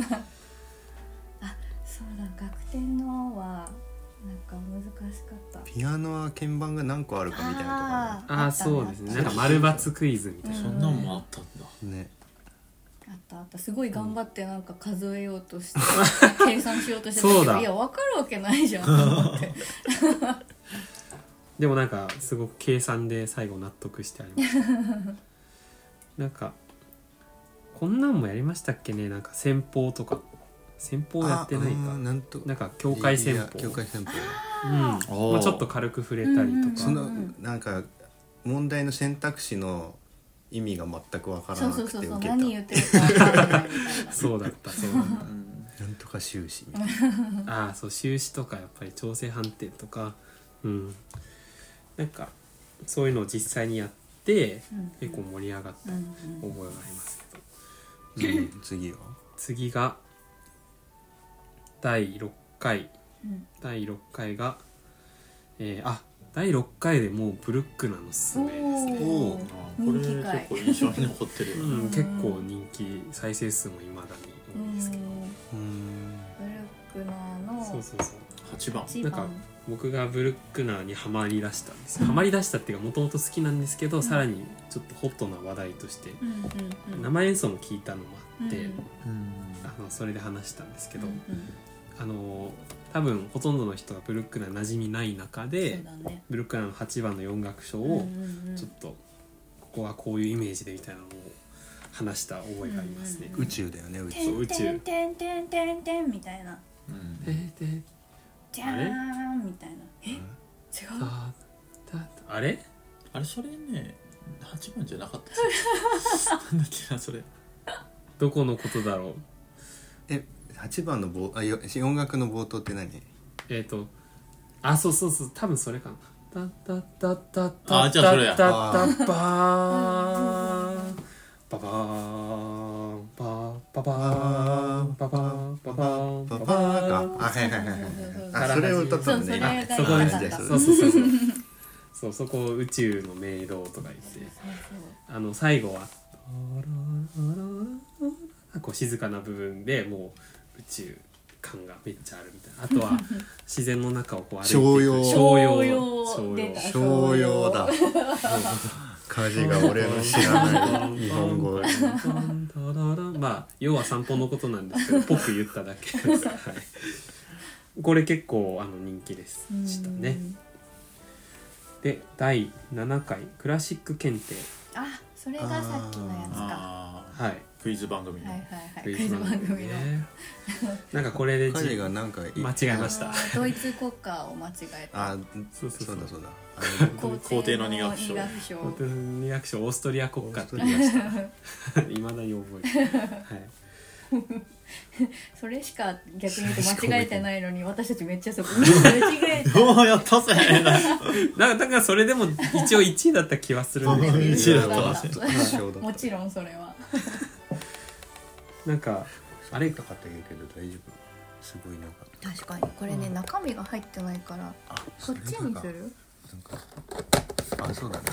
C: うだ楽天のはなんか難しかった
D: ピアノは鍵盤が何個あるかみたいな
A: ああそうですねなんか丸×クイズみたいな、
B: そんなんもあったんだ
D: ところね
C: あったあったすごい頑張ってなんか数えようとして、計算しようとしてた
A: そう
C: けど
A: だ
C: いや分かるわけな いじゃんと思って
A: でもなんかすごく計算で最後納得してありま したなんかこんなんもやりましたっけねなんか先方とか先方やってない
D: あう
A: か
D: んなんと
A: なんか境界戦
D: い
A: 法
D: や境界戦法
A: うんまあ、ち
B: おー
A: ょっと軽く触れたり
C: うんうん
A: と
D: そ
A: か、
D: のなんか問題の選択肢の意味が全くわから
C: そう
D: な
C: そ
D: く
C: う
D: て
C: そうそ
D: 受
C: う
D: けた
C: 何言ってるか分かんないみたいな
A: そうだったそうだっ
D: なんとか終始みたい
A: たああそう修士とかやっぱり調整判定とかうんなんかそういうのを実際にやって
C: うん
A: 結構盛り上がった
C: う
A: 覚え
C: ん
A: がありますけど
D: な、うん次は
A: 次が第6回
C: うん
A: 第6回が、えーあ第6回でもうブルックナーのすす
C: うん
A: めですね、
C: お
D: お
C: ー
D: ー
B: あーこれ
C: 人気
B: 結
C: 回
B: 構印象に残ってるよ
A: う
B: ね
A: ん、結構人気再生数もいまだに
C: う
A: 多いですけど、
C: ん
D: うーん
C: ブルックナーの
A: そうそうそう
B: 8番
C: 一
A: なんか
C: 番
A: 僕がブルックナーにはまりだしたんですよはまりだしたっていうかもともと好きなんですけど、さらにちょっとホットな話題として
C: うんうんうん
A: 生演奏も聞いたのもあって、
C: うん
A: あのそれで話したんですけど、
C: うん
A: あの多分ほとんどの人がブルックナー馴染みない中
C: そ
A: で
C: うだね
A: ブルックナーの8番の4楽章
C: うんう
A: を
C: んうん
A: ちょっとここはこういうイメージでみたいなのを話した覚えがありますね。
D: 宇宙だよね宇宙
C: てん
A: 宇宙
C: てんてんてんてんみたいな
B: うん
A: でで
C: じゃーんみたいなえ違う
A: だだあれ
B: あれそれね8番じゃなかったなんだっけなそれ
A: どこのことだろう
D: え8番の冒あよ音楽の冒頭って何
A: えっ、とあそうそうそう多分それかなタッタッタッタッタ
B: あじゃあそれや
A: タッタッバーンババーンバーンババーンババーンババーンバ
D: パパ
A: バーン
D: ーかあはいはいはいはいはいあそれを歌ったのね今
A: そこ
D: あ
A: で
D: じゃあ
A: す
D: そ
A: そううそうそうそうそうそこ宇宙の迷路とか言ってあの最後はこう静かな部分でもう宇宙感がめっちゃあるみたいなあとは自然の中をこう歩いていく
D: 逍遥
A: 商用
C: 逍遥出た
D: 商用だ家事が俺の知らない日本語
A: まあ要は散歩のことなんですけどぽく言っただけです、はい、これ結構あの人気ですしたねで第7回クラシック検定
C: あそれがさっきのやつか
B: あ
A: はい
B: ークイズ番組、
C: はいはいは
A: ク
C: い
A: イ
C: クイ
A: ズ
C: ズ
A: 番
C: 番
A: 組
C: 組の
A: ねなんかこれでじ
D: 彼がなんかい
A: 間違えました
C: ドイツ国歌を間違えた
D: あ
A: そうそうそ
D: そううだそうだ
B: 皇帝の二楽章
C: 皇帝の二楽章
A: 本当に役所オーストリア国 家って言いましたいまだに覚えてる、はい、
C: それしか逆に言うと間違えてないのに私たちめっちゃそこ間違えた
B: どうやったぜ
A: だからだからそれでも一応1位だった気はするんですけど
B: 一位だった
D: あちょっと印象だった
C: もちろんそれは
A: なんかあれ
D: かって言うけど大丈夫すごいなんか
C: 確かにこれね中身が入ってないから
D: あ
C: こっちにする
D: なんかあそうだね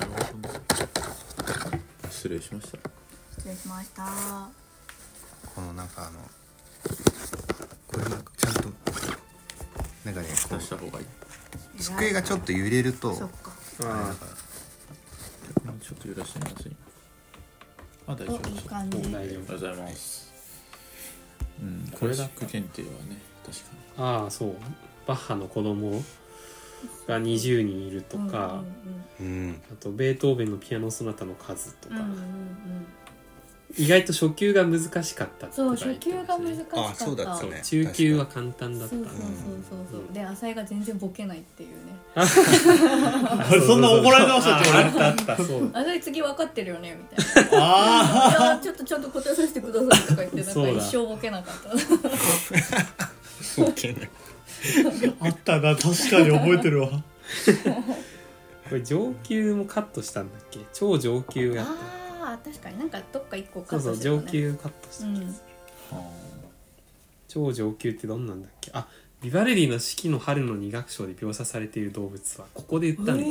B: 失礼しました
C: 失礼しましたあ
D: このなんかあのこれなんかちゃんとなんかねこ
B: 出した
D: う
B: 方がいい
D: 机がちょっと揺れると
C: そっか
A: あ
B: ちょっと揺らしてみます今あ大丈
C: お
B: 夫
C: い
B: で
C: い
B: す
C: 感じ
A: もう大丈
B: ありがとうございます。うん、
A: こ
B: こ
A: れ
B: れ
A: だ
B: だけ検定はね、確か
A: 夫ああそうバッハの子供が20人いるとか、
D: うん
A: あとベートーベンのピアノソナタの数と
C: うん
A: か、
C: うんうんうんうん
A: 意外と初級が難しかったとか
C: そ
A: 言
C: う初
A: って
C: 級
A: ましたね
C: が難しか
D: あ
C: った
D: そうだった
A: そう
D: ね
A: 中級は簡単だった
C: そうそうそうそうそうで浅井が全然ボケないっていうね
B: に。そんな怒られてましたっけ、俺。
A: あったあったそう
C: 浅井次分かってるよねみたい
B: あ
C: ないやちょっとちゃんと答えさせてくださいとか言ってなん
A: そう
C: か
A: だ
C: 一生ボケなかった
B: あ、あったな、確かに覚えてるわ。
A: これ上級もカットしたんだっけ超上級やっ
C: あー確かになんかどっか一個
A: た
C: カ
A: そう
C: ッ
A: そ
C: ト
A: う
C: してたね
A: 上級カットした、
C: うん
A: 超上級ってどんなんだっけあビバレリーの「四季の春の二楽章」で描写されている動物はここで言ったんだ、
C: へー
D: お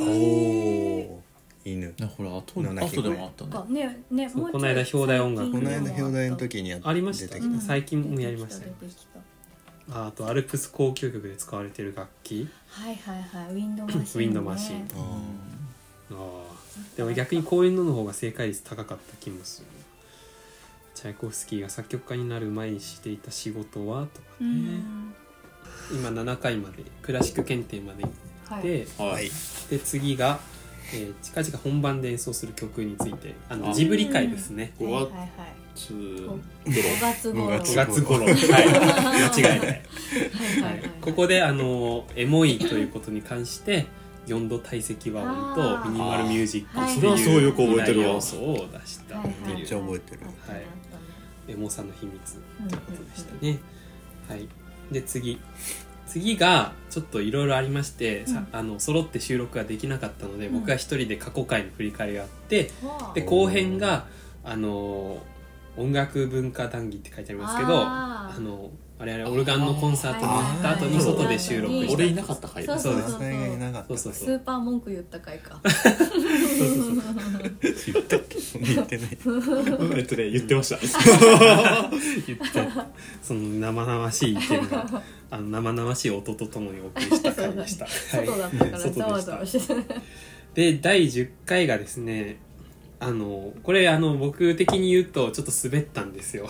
D: お犬
B: ね、ほら、後
D: の鳴き
B: 後
D: 声
B: でもあった
C: か
B: ね。
C: ねね
A: そう
C: もうちょい
A: この間表題音楽
D: この間表題の時にやっ
A: ありました
D: 出て
A: う
D: き
A: ん最近もやりました
C: 出
A: よ
C: てきた
A: ああとアルプス交響曲で使われている楽器
C: はいはいはいウィンドマシン、ね、
A: ウィンドマシン
D: たうん
A: ああでも逆にこういうのの方が正解率高かった気もするチャイコフスキーが作曲家になる前にしていた仕事はとか
C: う
A: ね
C: ん
A: 今7回までクラシック検定まで行っ
C: はい
A: て、
B: はい。
A: で次が、えー近々本番で演奏する曲についてあの
B: あ
A: ジブリ会ですね
B: 五
C: はいはい
B: 月
C: はい
B: つ。
C: 5月頃
D: 五
A: 5
D: 月
A: 月頃はい間違いない
C: はいはいはいはい
A: ここであのエモいということに関して4度体積和音
C: あ
A: と
C: ー
A: ミニマルミュージックって
C: あそれはすごい
A: いう
B: よく覚えてるわ
A: 要素を出したって
C: はいはい
A: い
D: めっ
A: う
D: ちゃ覚えてる
C: あったねあったね
A: エモさの秘密ということでしたね。はい、で次次がちょっといろいろありまして、さあの揃って収録ができなかったので、
C: うん
A: 僕は一人で過去回の振り返りがあって
C: はあ
A: で後編があの音楽文化談義って書いてありますけど
C: あ
A: あ
C: ー
A: の我々オルガンのコンサートに行った後
D: あ
A: に
D: ー
A: 外で収録した
B: 俺いなかった回だ。
C: そうそうそう
D: 野菜がいなかった
A: そうそう
C: ス
A: そう
C: ーパー文句言った回か
D: 言ったっけ言ってない
B: えっとね、言ってました。
A: 言ってその生々しい意見があの生々しい音とともにお送りした回でした。はい
C: 外だったから
A: 外でした
C: ざわざわしてた
A: で第10回がですねあのこれあの僕的に言うとちょっと滑ったんですよ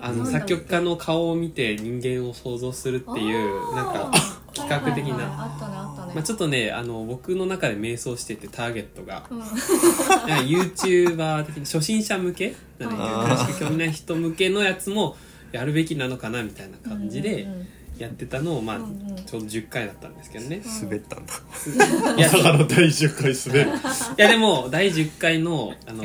A: あの作曲家の顔を見て人間を想像するっていうなんか企画的な
C: あったねあったね
A: まあ、ちょっとねあの僕の中で迷走しててターゲットが
C: うん
A: なんか YouTuber 的な初心者向けなんか
D: あー
A: クラシック興味ない人向けのやつもやるべきなのかなみたいな感じで
C: うんうんうん
A: やってたのをまあ
C: うんうん
A: ちょうど10回だったんですけどね
D: 滑ったんだ
A: いや
B: まさかの第10回滑る
A: いやでも第10回のあ の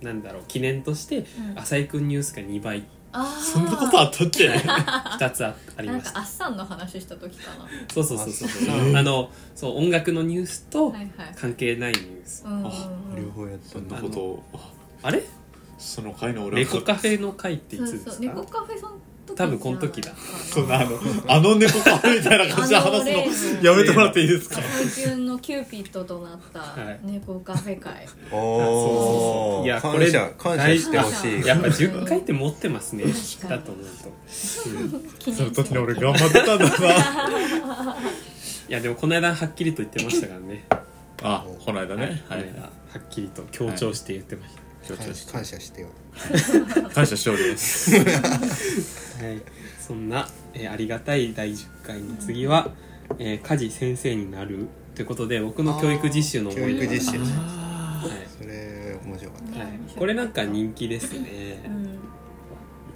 A: なんだろう記念として
C: うん
A: 浅井君ニュースが2倍
C: あー
B: そんなことあったっけ
A: 2つああり
C: なん
A: ま
C: か
A: し
C: あ
A: た
C: っさんの話した時かなは
A: そうそうそうそう
D: あ
A: うんあのそう音楽のニュースと
C: いはい
A: 関係ないニュース
C: うんうんうん
D: 両方やっ
B: そ
D: た
B: ん
D: ん
B: な
D: だ
B: ことを
A: あれ
B: その回の俺
A: レコ
B: は
A: カフェの会っていつ
C: そ
A: で
C: うそう
A: す
C: 猫
A: か
C: カフェその時
A: 多分この時だ
B: そんなあのあの猫カフェみたいな感じで話
C: あの例
B: すの
C: の
B: やめてもらっていいですか
C: 最近のキューピッドとなった
A: はい
C: 猫カフ ェ会
D: お
A: そうそうそう
D: お
A: いやこ
D: 感
A: れ
D: 謝感謝してほしい
A: やっぱ10回って持ってますね
C: 確か
A: だ
C: に
A: と思うと
B: その時
C: 記念して
B: の俺頑張ってたんだない
A: やでもこの間はっきりと言ってましたからね
B: あこの間ね
A: は
B: はいい
A: はっきりと強調して言ってまし
B: 承知し
D: 感謝してよ
B: た感謝しております
A: た、はい、そんな、えーありがたい第10回に次は「えー家事先生になる」ということで僕の教育実習の思
D: 教
A: い
D: 育
A: 出
D: 実習
B: あ
A: はい
D: それ面白かっ
A: はい、これなんか人気ですね、
C: うん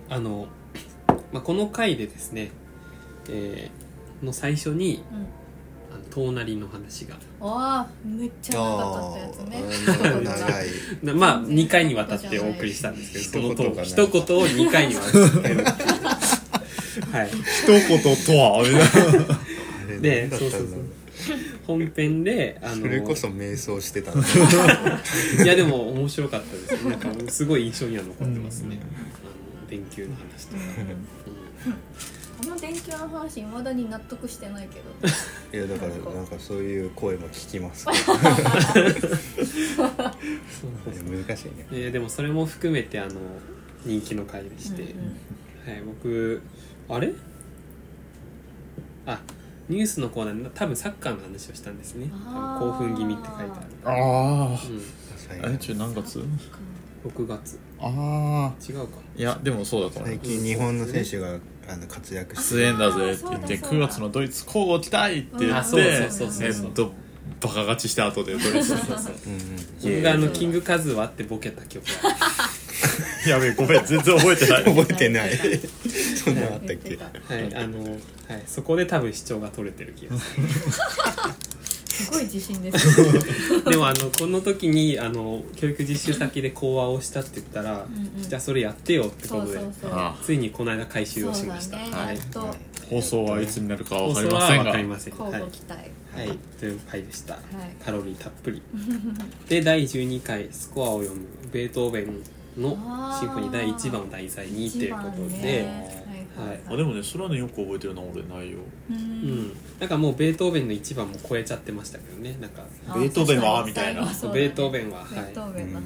A: あの、まあ、この回でですね、えーの最初に
C: うん
A: あの遠なりの話が
C: あーめっち
D: た
C: ゃ長かったやつね
D: あー長い
A: なまあ2回にわたってお送りしたんですけどそのと一
D: 一言かな
A: 言を2回にわたってるはい
B: 一言とはみたいな
D: あれ
A: で
D: 何だったんだろ
A: そうそう本編であの
D: それこそ瞑想し てたんだ
A: いやでも面白かったですなんかすごい印象には残ってますね、あの電球の話とか、
C: この電球の話いまだに納得してないけど
D: いやだからなんかそういう声も聞きます
A: うん
D: 難しいね
A: えーでもそれも含めてあの人気の回でして、
C: うん
A: はい、僕あれあニュースのコーナーで多分サッカーの話をしたんですね
C: あー
A: 興奮気味って書いてある、
B: あ
A: うん、
D: 最
B: あえ
D: 近
B: ちょ何月
A: 6月
B: ああ
A: 違うか
B: いやでもそうだと思う
D: 最近日本の選手があの活躍して
B: 出演だぜって言って
C: あーそう
B: 9
C: だ
B: 月のドイツ交互期待って言
A: あ
B: っ
A: そう
B: て
A: そうそう
B: え
A: そう
B: っとバカ勝ちした後でドイツ
D: うんうん
A: 僕があのキングカズはってボケた曲は
B: やべえごめん全然覚えて ない
D: 覚えてないそんなのあったっけ
A: はいあの、はい、そこで多分視聴が取れてる気がす
C: すごい自信です ね
A: るでもあのこの時にあの教育実習先で講話をしたって言ったら
C: んうん
A: じゃあそれやってよってこ
C: そう
A: とで
C: そうそう
B: あ
A: ついにこの間回収をし
C: そう
A: ました、
C: だね
A: は
C: や
A: い
C: っと
B: 放送はいつになるかは分かり
A: 放
B: ま
A: 送
B: せ
A: は
B: ん
A: わかり
B: が
A: ません
C: 交
A: はい
C: 互期待
A: はい、という回でした、カロリーたっぷ り
C: は
A: で第12回「スコアを読むベートーベンのシンフォニー第1番を題材
C: い
A: に」ということ
C: 一番
A: で、
C: ねはいはい
B: あでもねそれはねよく覚えてるな俺内容
C: う
A: うんん、なんかもうベートーベンの1番も超えちゃってましたけどねなんか
C: あ
B: ベートーベンはみたいな
C: 最後そうだね
A: ベートーベンは、
C: ベ
A: はい
C: ートーベンの話になっ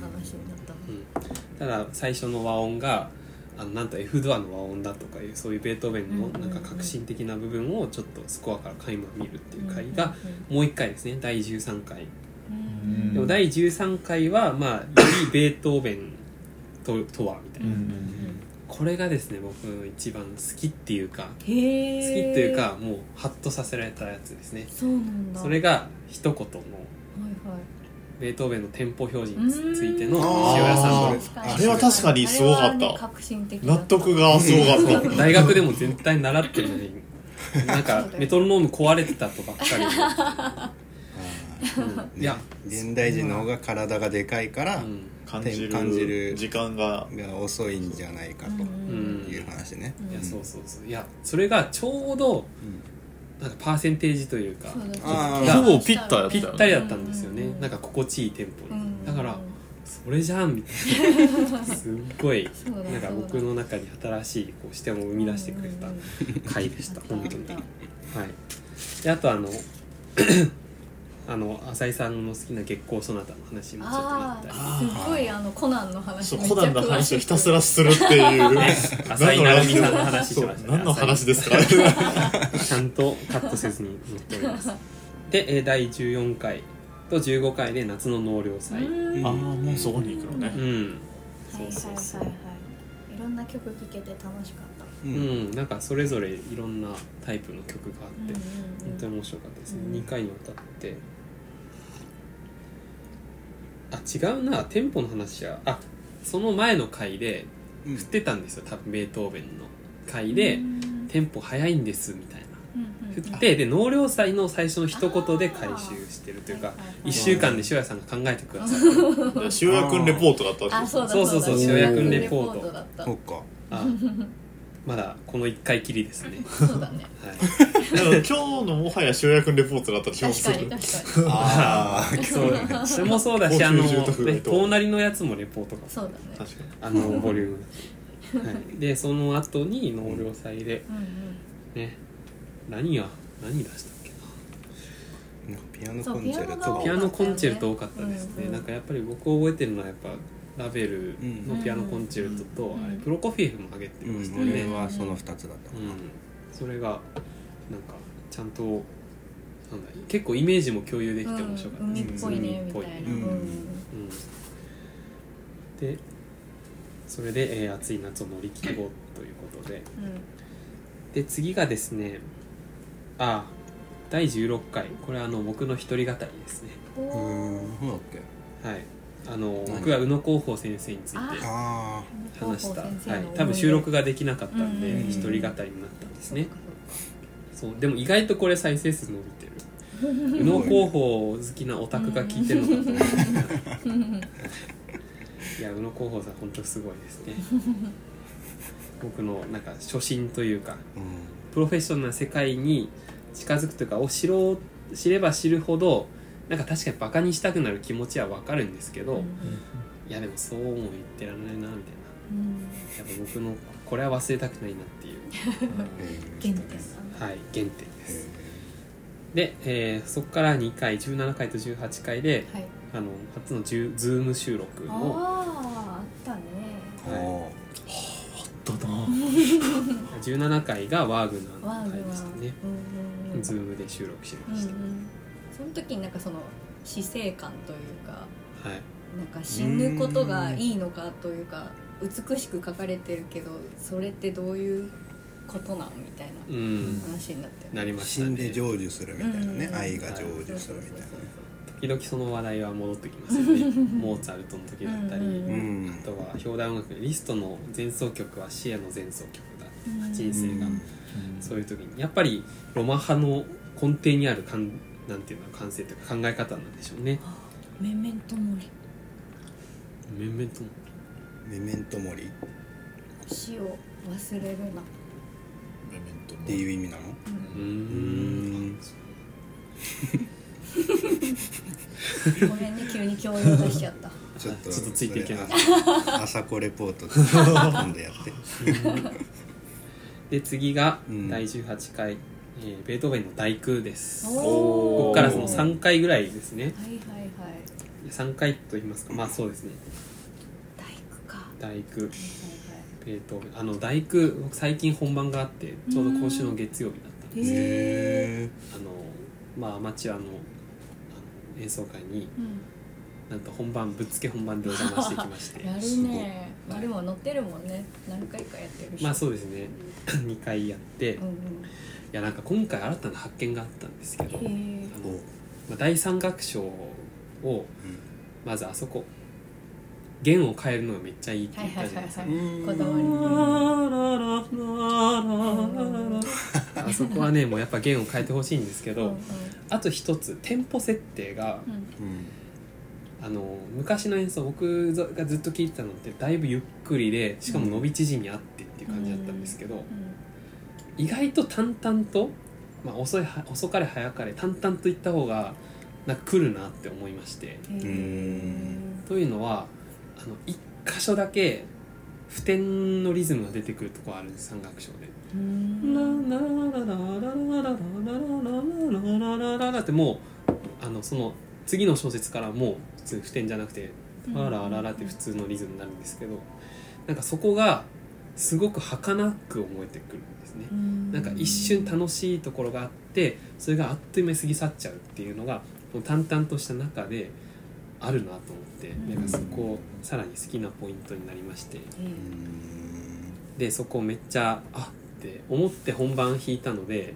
C: たの
A: うん、ただ最初の和音があのなんと F ドアの和音だとかいうそういうベートーベンの
C: うんうん
A: な
C: うん
A: んか革新的な部分をちょっとスコアから垣間見るっていう回がもう1回ですね第13回
C: うん
A: でも第13回はまあよりベートーベンととはみたいな、これがですね僕一番好きっていうか
C: へ
A: 好き
C: え
A: っていうかもうハッとさせられたやつですね
C: そうなんだ
A: それが一言の
C: はいはい
A: ベートーベンのテンポ表示についての
C: う
D: ーん
A: 塩谷さんの
D: あ
B: れは確かにすごかった
C: あれはね革新的だ
B: 納
C: った
B: 得がすごかった
A: 大学でも絶対習ってるのになんかメトロノーム壊れてたとばっかりで、う
D: あー
A: んいや、
D: 現代人の方が体がでかいから
A: うん
B: 感じる
D: 感じる
B: 時間が
D: が遅いんじゃないか
A: う
D: と
A: ん、
D: いう話ね
A: いやそうそうそういやそれがちょうど
D: うん
A: なんかパーセンテージというか
C: そうだ
D: あ
A: ー
B: ほぼぴったりだった
A: ぴ
B: よ
A: っ
B: ね
A: たりだったんですよね、
C: うん
A: なんか心地いいテンポ
C: う
A: に、
C: ん
A: だからそれじゃんみたい なすっごい
C: そうだ
A: なんか
C: そうだ
A: 僕の中に新しいこう視点を生み出してくれた
C: うん
A: 回でした
C: うん
A: 本当にはいであとあの あの浅井さんの好きな月光ソナタの話もちょっとな
C: あ
A: ったり
C: ーすっごいあのコナンの話
B: そう
C: めっち
B: コ
C: ゃ
B: ナンの話を
C: 詳しい
B: ひたすらするっていう
A: 浅井成美さんの話しましたね
B: 何の話ですか
A: ちゃんとカットせずに載っておりますでえー第14回と15回で夏の納涼祭うん
C: うん
B: ああもうそこに行くのね
A: そうそうそう
C: はいはいはいはいいろんな曲聴けて楽しかった
A: う
D: う
A: んんなんかそれぞれいろんなタイプの曲があって、
C: うんうん
A: 本当に面白かったですね、
C: うん
A: 2回にわたってあ違うなテンポの話はあその前の回で振ってたんですよ多分ベートーベンの回で、
C: うん
A: テンポ早いんですみたいな
C: うん
A: 振ってで納涼祭の最初の一言で回収してるというか1週間で塩谷さんが考えてください
B: 塩屋くんレポートだった
C: あ
B: んです
C: そう
B: よ
C: だ
A: そうそうそう
C: だ
A: 塩屋くんレポート
C: 塩屋くんだった
D: そっか
A: あまだこの1回きりですね、
C: そうだね
A: は
B: でも今日のもはや塩屋くんレポートだったら気も
C: 確
B: す
C: か
B: る
C: に確かに
D: あ
A: い、そうそれもそうだしあの、
B: 高級住宅街
A: ね、
B: と
A: 隣のやつもレポートが
C: そうだね
B: 確かに
A: あのボリューム、はい、でその後に納涼祭で
C: うん
A: ね何が何出したっけ
D: ーなんかピアノ
C: そう
D: コンチェル
C: ピアノが
A: な
D: ト
A: ピアノコンチェルト多かったですね、
C: うんうん
A: なんかやっぱり僕覚えてるのはやっぱラベルのピアノコンチェルトと、
C: うん
A: あれプロコフィエフも上げて
D: う
A: ま
D: ん
A: したよね、
D: 俺はその2つだったか
A: う
D: な、
A: ん、それがなんかちゃんとなんだ結構イメージも共有でき
C: うん
A: て
C: うん
A: 面白かった
C: 海
A: で
C: っ
A: す、
C: ぽいね
A: 海っ
C: み
A: ぽ
C: た
A: い
C: いな
D: う
C: うんん
A: うんでそれで、えー暑い夏を乗り切ろうということでで次がですねああ第16回これはあの僕の一人語りですね
C: うん
D: う
C: おー
D: んそうだっけ
A: はいあの
D: 何
A: 僕は宇野広報先生について
C: あ
D: あ
A: 話した、
C: 高校先生
A: は
C: の
A: い
C: 思、
A: 多分
C: 出
A: 収録ができなかったんで
C: うん
A: 一人語りになったんです
C: そう
A: ね
C: か
A: そうでも意外とこれ再生数伸びてる宇野広報好きなオタクが聞いてるの かと思ったいや宇野広報さん本当すごいですね僕のなんか初心というか
D: ーうん
A: プロフェッショナルな世界に近づくというかを知ろう知れば知るほどなんか確かにバカにしたくなる気持ちはわかるんですけど、
C: うん
A: いやでもそうも言ってられないなみたいな
C: うん
A: やっぱ僕のこれは忘れたくないなっていう、
D: えー
C: 原点
A: はい、原点です
D: え
A: で、えーそこから2回17回と18回で
C: はい
A: あの初のズーム収録の
C: あああったね
D: ーおー
A: 17回がワーグナ
C: ワ
A: ーの
C: ング
A: 回で
C: は
A: したね
C: うんうんうん
A: ズームで収録し
C: う
A: ま
C: んう
A: した、
C: んその時になんかその死生観というか
A: はい
C: なんか死ぬことがいいのかというか美しく書かれてるけどそれってどういうことなんみたいな
A: うん
C: 話になって
A: なりまし
D: 死
A: た
D: ん
A: ね
D: で成就するみたいなね、
C: うん
D: 愛が成就するみたいな、
A: 時々その話題は戻ってきますよ ねモーツァルトの時だったり、
C: うん
D: うん
A: あとは表題音楽のリストの前奏曲はシエの前奏曲だ
C: うん
A: 人生が、
D: うん
A: そういう時にやっぱりロマ派の根底にある感なんていうの感性というか考え方なんでしょうね
C: メメントモリ
A: 面々とも
D: メメントモリっ
C: 死を忘れるな
B: メメント
D: ていう意味なの
A: うーん
C: ごめんね急に教養出しちゃった
D: ちょっと
A: あちょっとついていけない
D: あ朝子レポート今度やって
A: で次が
D: うん
A: 第18回、えーベートーベンの「第空」です
C: おー
A: ここからその3回ぐらいですね
C: はいはいはい
A: 3回と言いますかまあそうですね
C: 大工かは
A: 「第空」
C: いはい
A: ベートーベンあの「第空」僕最近本番があってちょうど今週の月曜日だったんです
C: へ
D: へ
A: あのまあアマチュアのあの演奏会に
C: うん
A: なんと本番ぶっつけ本番でお邪魔してきまして
C: やるねまあでも乗ってるもんね何回かやってるし
A: まあそうですね2回やって、い
C: うんうん
A: やなんか今回新たな発見があったんですけど、
C: へ
A: あ
D: ー
A: の
D: お
A: まあ、第三楽章をまずあそこ弦を変えるのがめっちゃいいって
C: は
A: 言
C: い
A: っ
C: はい
A: たじゃ
C: は
A: ない
C: い
A: ですか。
C: はいこだわり
A: あそこはねもうやっぱ弦を変えてほしいんですけ
C: うん
A: ど、あと一つテンポ設定が
C: うんうん
A: あの昔の演奏僕がずっと聴いてたのってだいぶゆっくりでしかも伸び縮みあってっていう感じだったんですけど、意外と淡々と、まあ、遅いは遅かれ早かれ淡々といった方がなんか来るなって思いまして
C: うんへー
A: というのはあの一箇所だけ普天のリズムが出てくるとこあるんです三楽章で。
C: う
A: ララララララララララララ
C: ん
A: ララララってもうあのその次の小節からもう普通普天じゃなくてララララって普通のリズムになるんですけどなんかそこがすごく儚く思えてくるんですね
C: うん
A: なんか一瞬楽しいところがあってそれがあっという間に過ぎ去っちゃうっていうのがこの淡々とした中であるなと思ってなんかそこをさらに好きなポイントになりまして
C: うん
A: でそこめっちゃあって思って本番弾いたので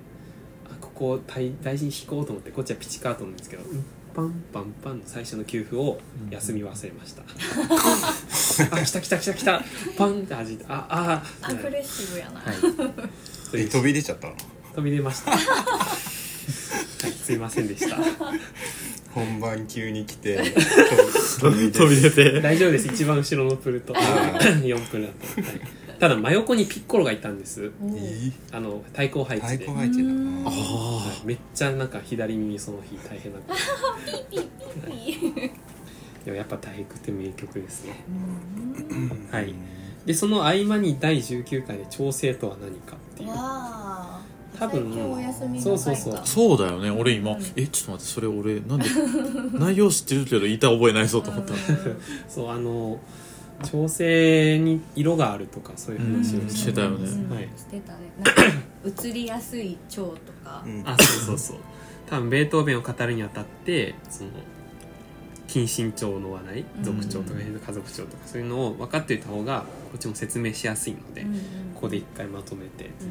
A: あここを大大事に弾こうと思ってこっちはピチカートなんですけどうんパンパンパンの最初の給付を休み忘れました、 あ来た来た来た来たパンって弾いてああ
C: アグレッシブやな
A: はい失礼
D: え
A: しま
D: 飛
A: し
D: び出ちゃったの
A: た飛び出ました、はい、 すいませんでした
D: 本番急に来て
B: 飛び出て
A: 大丈夫です一番後ろのプルト4分だった、はいただ真横にピッコロがいたんです
C: おー
D: いい
A: あの対抗配置
D: 太
A: で
D: 鼓入って
C: うん
D: た
B: ああ
A: めっちゃなんか左耳その日大変だったでもやっぱ大変くて名曲ですね
D: な
A: はいでその合間に第19回で調整とは何かっていう
C: わあ
A: 多分
C: 最近お休みが
A: そうそうそう
C: 入った
B: そうだよね俺今えちょっと待ってそれ俺なんで内容知ってるけど言いた覚えないぞと思った
A: そうあの調整に色があるとかそういう話
B: う
A: を
B: ん
A: し
B: しててたよ
C: う
B: ね
C: ん
A: はい
C: してたねなんか映りやすい蝶とか
D: う ん
A: あそうそうそう多分ベートーベンを語るにあたってその近親調の話題
C: うん
A: 族調とか家族調とかそういうのを分かっておいた方がこっちも説明しやすいので、
C: うんうん
A: ここで一回まとめて
C: うん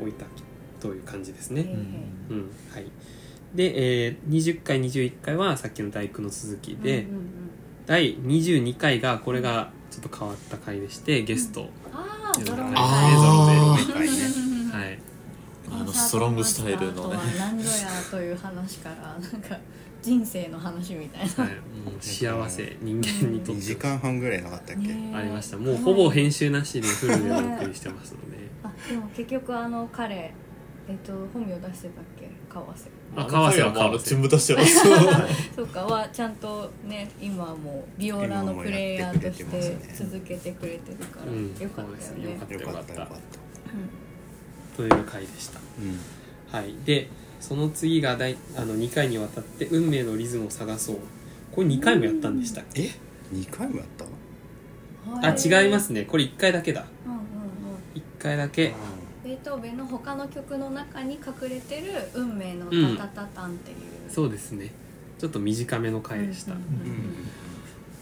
C: うん
A: おいたという感じです
C: へーへ
A: ね、
C: ー
A: うんはい、で、えー20回21回はさっきの「大工の続きで」
C: うんうんうん
A: 第22回がこれがちょっと変わった回でしてゲスト、
C: ああドラマ
B: あー
D: ゾロゾロゾロゾロ
A: はい
B: あのストロングスタイルのね
C: 何度やという話からなんか人生の話みたい
A: はい、もう幸せ人間にとっ
D: 2
A: て
D: 時間半ぐらいなかったっ
C: な
D: け、
C: ね
A: ありましたもうほぼ編集なしでフルでお送りしてますので、
C: あでも結局あの彼えっと本名出してたっけ川瀬
A: あ川瀬は
B: もうあの
A: 川瀬
B: 沈黙出して ます
C: そうかはちゃんとね今はもうビオラのプレイヤーとして続けてくれてるから、
A: うん
C: よかった
A: そ
C: よ
A: うですね
C: ね
A: よかっ
D: よかったよかった、
A: という回でしたはいでその次が第あの2回にわたって「運命のリズムを探そう」これ2回もやったんでしたっけ
D: え二2回もやった
C: うん、
A: あ違いますすねこれ1回だけだ
C: うんうんうん、
A: 1回だけ
C: ベートーベンの他の曲の中に隠れてる「運命のタタタタン」っていう、
A: そうですねちょっと短めの回でした、
C: うん
D: うん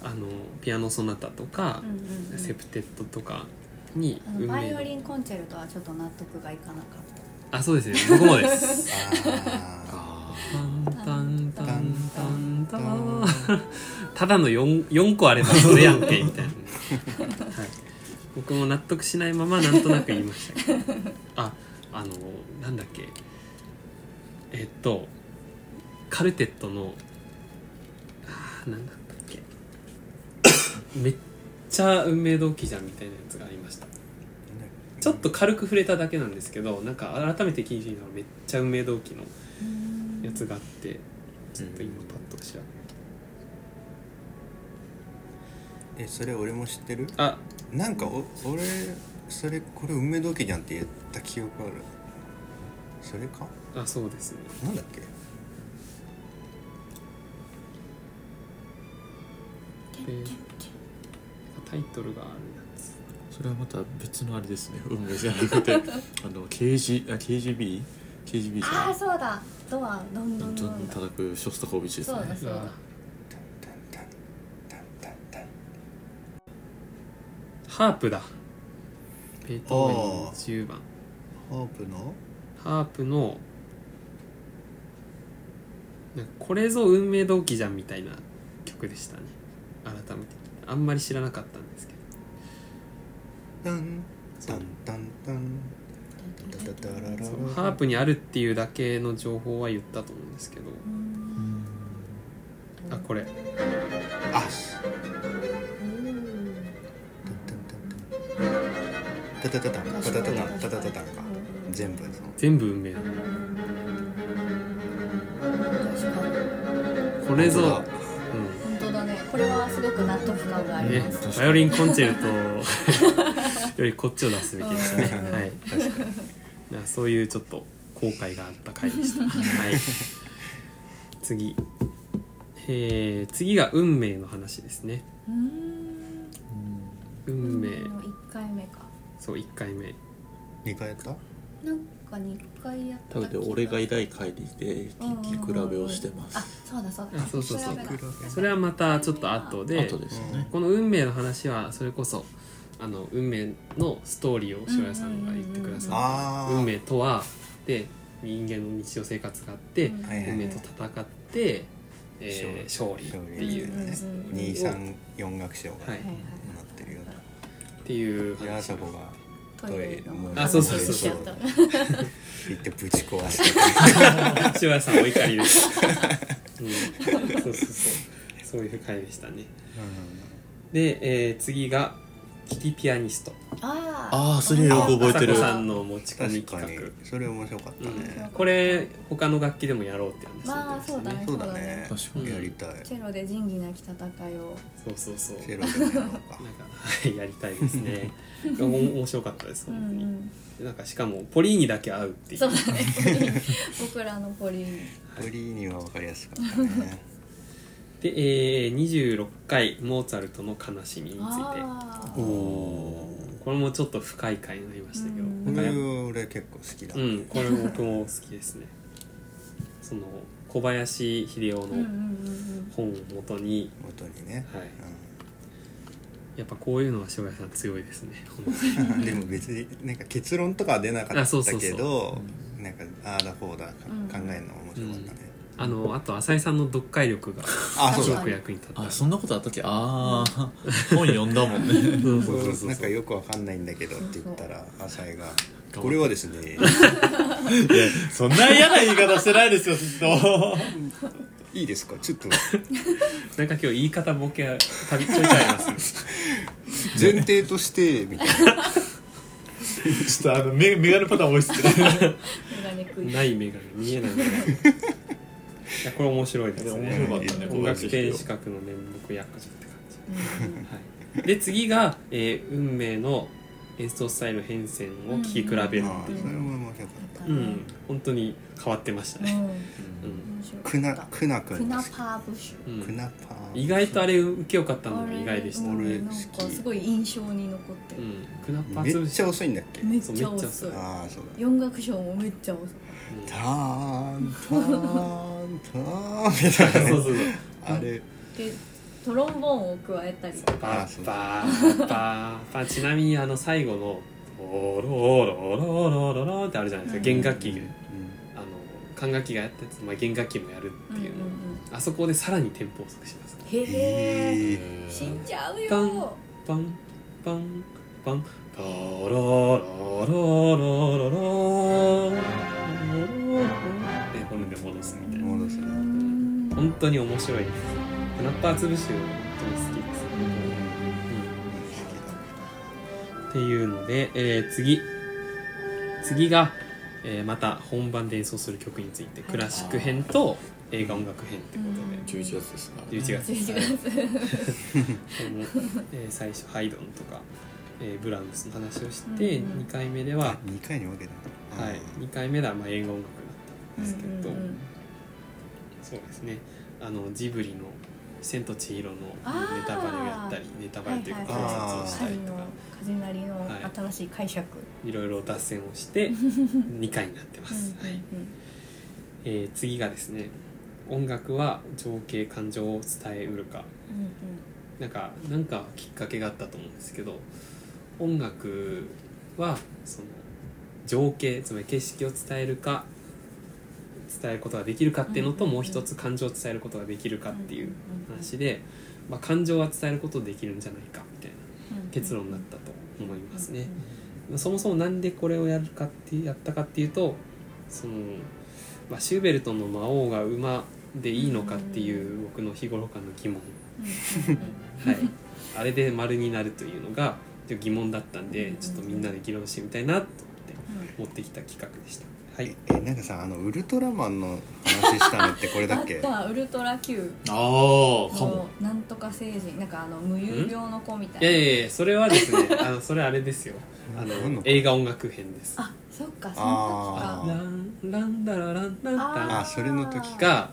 A: あのピアノ・ソナタとか
C: うん、うんうんうん
A: セプテットとかに
C: あのバイオリンコンチェルトはちょっと納得がいかなかった
A: あそうですね僕も です
D: あ
A: タンタンタンタンタン
D: ー
A: ただの 4, 4個あればそれやんけみたいな、はい、僕も納得しないままなんとなく言いましたけどああのなんだっけえっとカルテットのあーなんだったっけめっちゃ運命同期じゃんみたいなやつがありましたちょっと軽く触れただけなんですけどなんか改めて聞いてみたらめっちゃ運命同期のやつがあってちょっと今パッと調べ
D: えそれ俺も知ってる
A: あ
D: なんかお俺それこれ梅時じゃんって言った記憶あるそれか
A: あそうですね
D: なんだっけ
A: でタイトルがあるやつ
B: それはまた別のあれですね運命じゃなく てあの KG あ KGB KGB じ
C: あ
B: ゃ
C: あそうだドアどんど
B: なんいど
C: ど
B: んどん
C: んだ
B: 叩くショスタコービッチです
C: そうだ
B: ね
C: そうだ
D: タンタンタンタンタンタン
A: ハープだベートーベンの10番
D: ハープの
A: ハープのなんかこれぞ運命同期じゃんみたいな曲でしたね改めてあんまり知らなかったんですけど
D: タンタンタンタンタタタラララ
A: そうハープにあるっていうだけの情報は言ったと思うんですけどあこれ
D: あっ
C: うん
D: タンタンタンタンタタタタンタタタタンタタタンタタタタンか全部その
A: 全部運命だ
C: 確かに
A: これぞ
D: 本当
C: 本当
D: だ、
C: だねこれはすごく納得感があ
A: うん、
C: り
A: ね
C: ます、
A: バイオリンコンチェルトよりこっちを出 すべきでしたね
C: うん
A: はい
D: 確かに
A: なそういうちょっと後悔があった回で したはい次えー、次が運命の話ですね
C: うーん
A: 運命
C: もう1回目か
A: そう1回目
D: 二回やった
C: なんか2回やっ
B: 多
C: た
B: 分で俺がいない回にいて
C: うん
B: 聞き比べをしてま
C: あ
B: す
C: そうだそうだ
A: あそうそうそう
C: 聞き比べだ
A: それはまたちょっと後で
B: 後ですよね
A: この運命の話はそれこそあの運命のストーリーを塩屋さんが言ってくださっ
D: あ
A: た
D: あ
A: 運命とはで人間の日常生活があって、
C: うん
D: はいはい
A: 運命と戦って、えー勝利っていう
C: 勝利
A: ね
D: 二三四楽章が
A: はい
C: はいはい
D: なってるような
A: っていう
D: であ
A: 話
D: さ
A: を
D: こが
C: トイレの
A: あそうそうそう
C: しちゃった
D: 行ってぶち壊して
A: 柴田さんお怒りです、 うん、そうそうそうそういう回でしたねで、えー次がキキピアニスト
C: あー
B: ああそれよく覚えてる
A: あさこさんの持ち込み
D: 確かに
A: 企
D: それ面白かっ
A: 画、
D: たね、
A: うん、これ他の楽器でもやろうって話
C: まあ
A: に
C: そうだ
A: なり
C: ね
A: ま
D: そうだね
B: 確か
A: に
D: やりたい
C: チェロで仁義なき戦いを
A: すねそうそうそう
D: チェロでもやろうか
A: なんかはいやりたいです ねお面白かったです
C: う
A: 本
C: ん
A: 当に、なんかしかもポリーニだけ合うって
C: うん
A: いう
C: そうだね僕らのポリン
D: ポリーニは分かりやすかったね
A: で、えー、26回「モーツァルトの悲しみ」について
C: あ
D: お
C: ー
D: お
A: これもちょっと深い回になりましたけど、
C: うん
A: なんかやっぱ
D: 俺結構好きだ、
A: うん、これ僕も好きですね。 その小林秀夫
C: うんうんう
A: の
C: ん
A: 本をもとに、
D: 元にね、
A: はい、
D: う
A: やっぱこういうのは渋谷さん強いですね。本当に
D: ん、でも別になんか結論とかは出なか
A: あ
D: っ
A: そうそ
D: た
A: うそう
D: けどなんかああだこうだか
C: うん
D: 考えるの面白かったね、
A: あのあと浅井さんの読解力が
D: あ
C: うん
D: そう
A: す
D: だ
A: ごく役に立った。
B: あそんなことあったっけああ本読んだもんね
A: そう
D: そ
A: そううそうう
D: そそう
A: そう
D: なんかよくわかんないんだけどって言ったら浅井が「
B: そう
D: これはです ね
B: そんな嫌な言い方してないですよずっと
D: いいですかちょっと
A: なんか今日言い方ボケは旅っちょいちゃい ます。
D: 前提として」みたいな
B: ちょっとあのメメガネパターン多いっすね
C: メガネクイズ
A: ない目が見えない目が。いやこれ面白いです
B: いや面
A: ね。
B: 白かったね
A: 音楽
B: 小林
A: 系
B: 秀夫
A: 資格の面目役所って感じ。
C: うん
A: はい、で次が、えー運命の演奏スタイル変遷を聴き比べるっていう、
D: まあそれも面白かっ
A: うん本当に変わってました
C: うん
A: ね、う
C: うん
A: ん
C: 面白
D: た
C: か
D: く
C: っ
D: な
C: た
D: くなく
C: ク
D: んで
C: ナ
D: す
C: パーブッシュ
A: うん
D: くなパー
A: 意外とあれ受けよかったの
C: あ
A: が
C: れ
A: 意外でした
C: う
A: うん
D: 俺
C: なん
D: 好き
C: かすごい印象に残ってる、
A: んクナッパー
D: め
A: 潰
D: っ
A: し
D: ちゃ遅いんだっけ
C: めっ
A: そう
C: ちゃ
A: めっちゃ
C: 遅
A: 遅
C: い
A: い
D: ああそうだ
C: 四楽章もめっちゃ遅い
D: ターンターンターンみたい
A: そ
D: な
A: う
D: ね
A: そうそう
D: あれ
C: でトロンボーンを加えたりとか
A: パーパーパーパーちなみにあの最後の「ロロロロロロロ」ってあるじゃないですか弦楽器で
D: うん
A: あの管楽器がやったやつ、まあ、弦楽器もやるっていうの、あそこでさらにテンポ遅くします
C: へえ
D: え
C: 死んじゃう
A: パン
C: よ
A: パンパンパンタロロロロロロでこれで戻すみた
D: ー
A: いな
D: 戻すな
C: うん
A: 本当に面白いですナッパー潰しを本当に好きです、っていうので、えー次次が、えーまた本番で演奏する曲についてクラシック編と映画音楽編ってこと
B: 11月ですか
A: で、11月です
C: 11月
A: これも、えー最初ハイドンとか、えーブラームスの話をして、
C: うんうん
A: 2回目では、
D: 2回に分けた
A: はい、2回目ではまあ英語音楽だったんですけれど、
C: うんうんうん
A: そうですねあのジブリの「千と千尋」のネ
C: あー
A: タバレをやったりネタバレというか考
D: はいはい
A: 察をした
C: 針
A: りとか、
C: の風なりの
A: はい
C: 新しい解釈
A: い、ろいろ脱線をして2回になってま
C: うん
A: す、はい
C: うんうん
A: えー次がですね音楽は情景感情を伝えうるかなんかなんかきっかけがあったと思うんですけど音楽はその情景つまり景色を伝えるか伝えることができるかっていうのと、
C: うんうんうん
A: もう一つ感情を伝えることができるかっていう話
C: で
A: で、まあ、感情は伝えることできるんじゃないかみたいな結論になったと思いますね。そもそもなんでこれをやるかってやったかっていうとその、まあ、シューベルトの「魔王が馬でいいのか」っていう僕の日頃からの疑問。はい、 あれで丸になるというのがちょっと疑問だったんでちょっとみんなで議論してみたいなと思って持ってきた企画でした。はい
D: え、えなんかさあのウルトラマンの話したのってこれ
C: あ
D: だっ
C: っ
D: け
C: たウルトラ Q
B: ああかも
C: のなんとか星人なんかあの無遊病の子みた
A: いや
C: い
A: い
C: な
A: やいやそれはですねあのそれあれですよあ
D: 何
A: の
D: の
A: 映画音楽編です。
C: あそっかそ
A: ラ
D: あ
C: の時か
A: ンランダラランラン
D: あ
A: タ
D: それの時
A: ンが、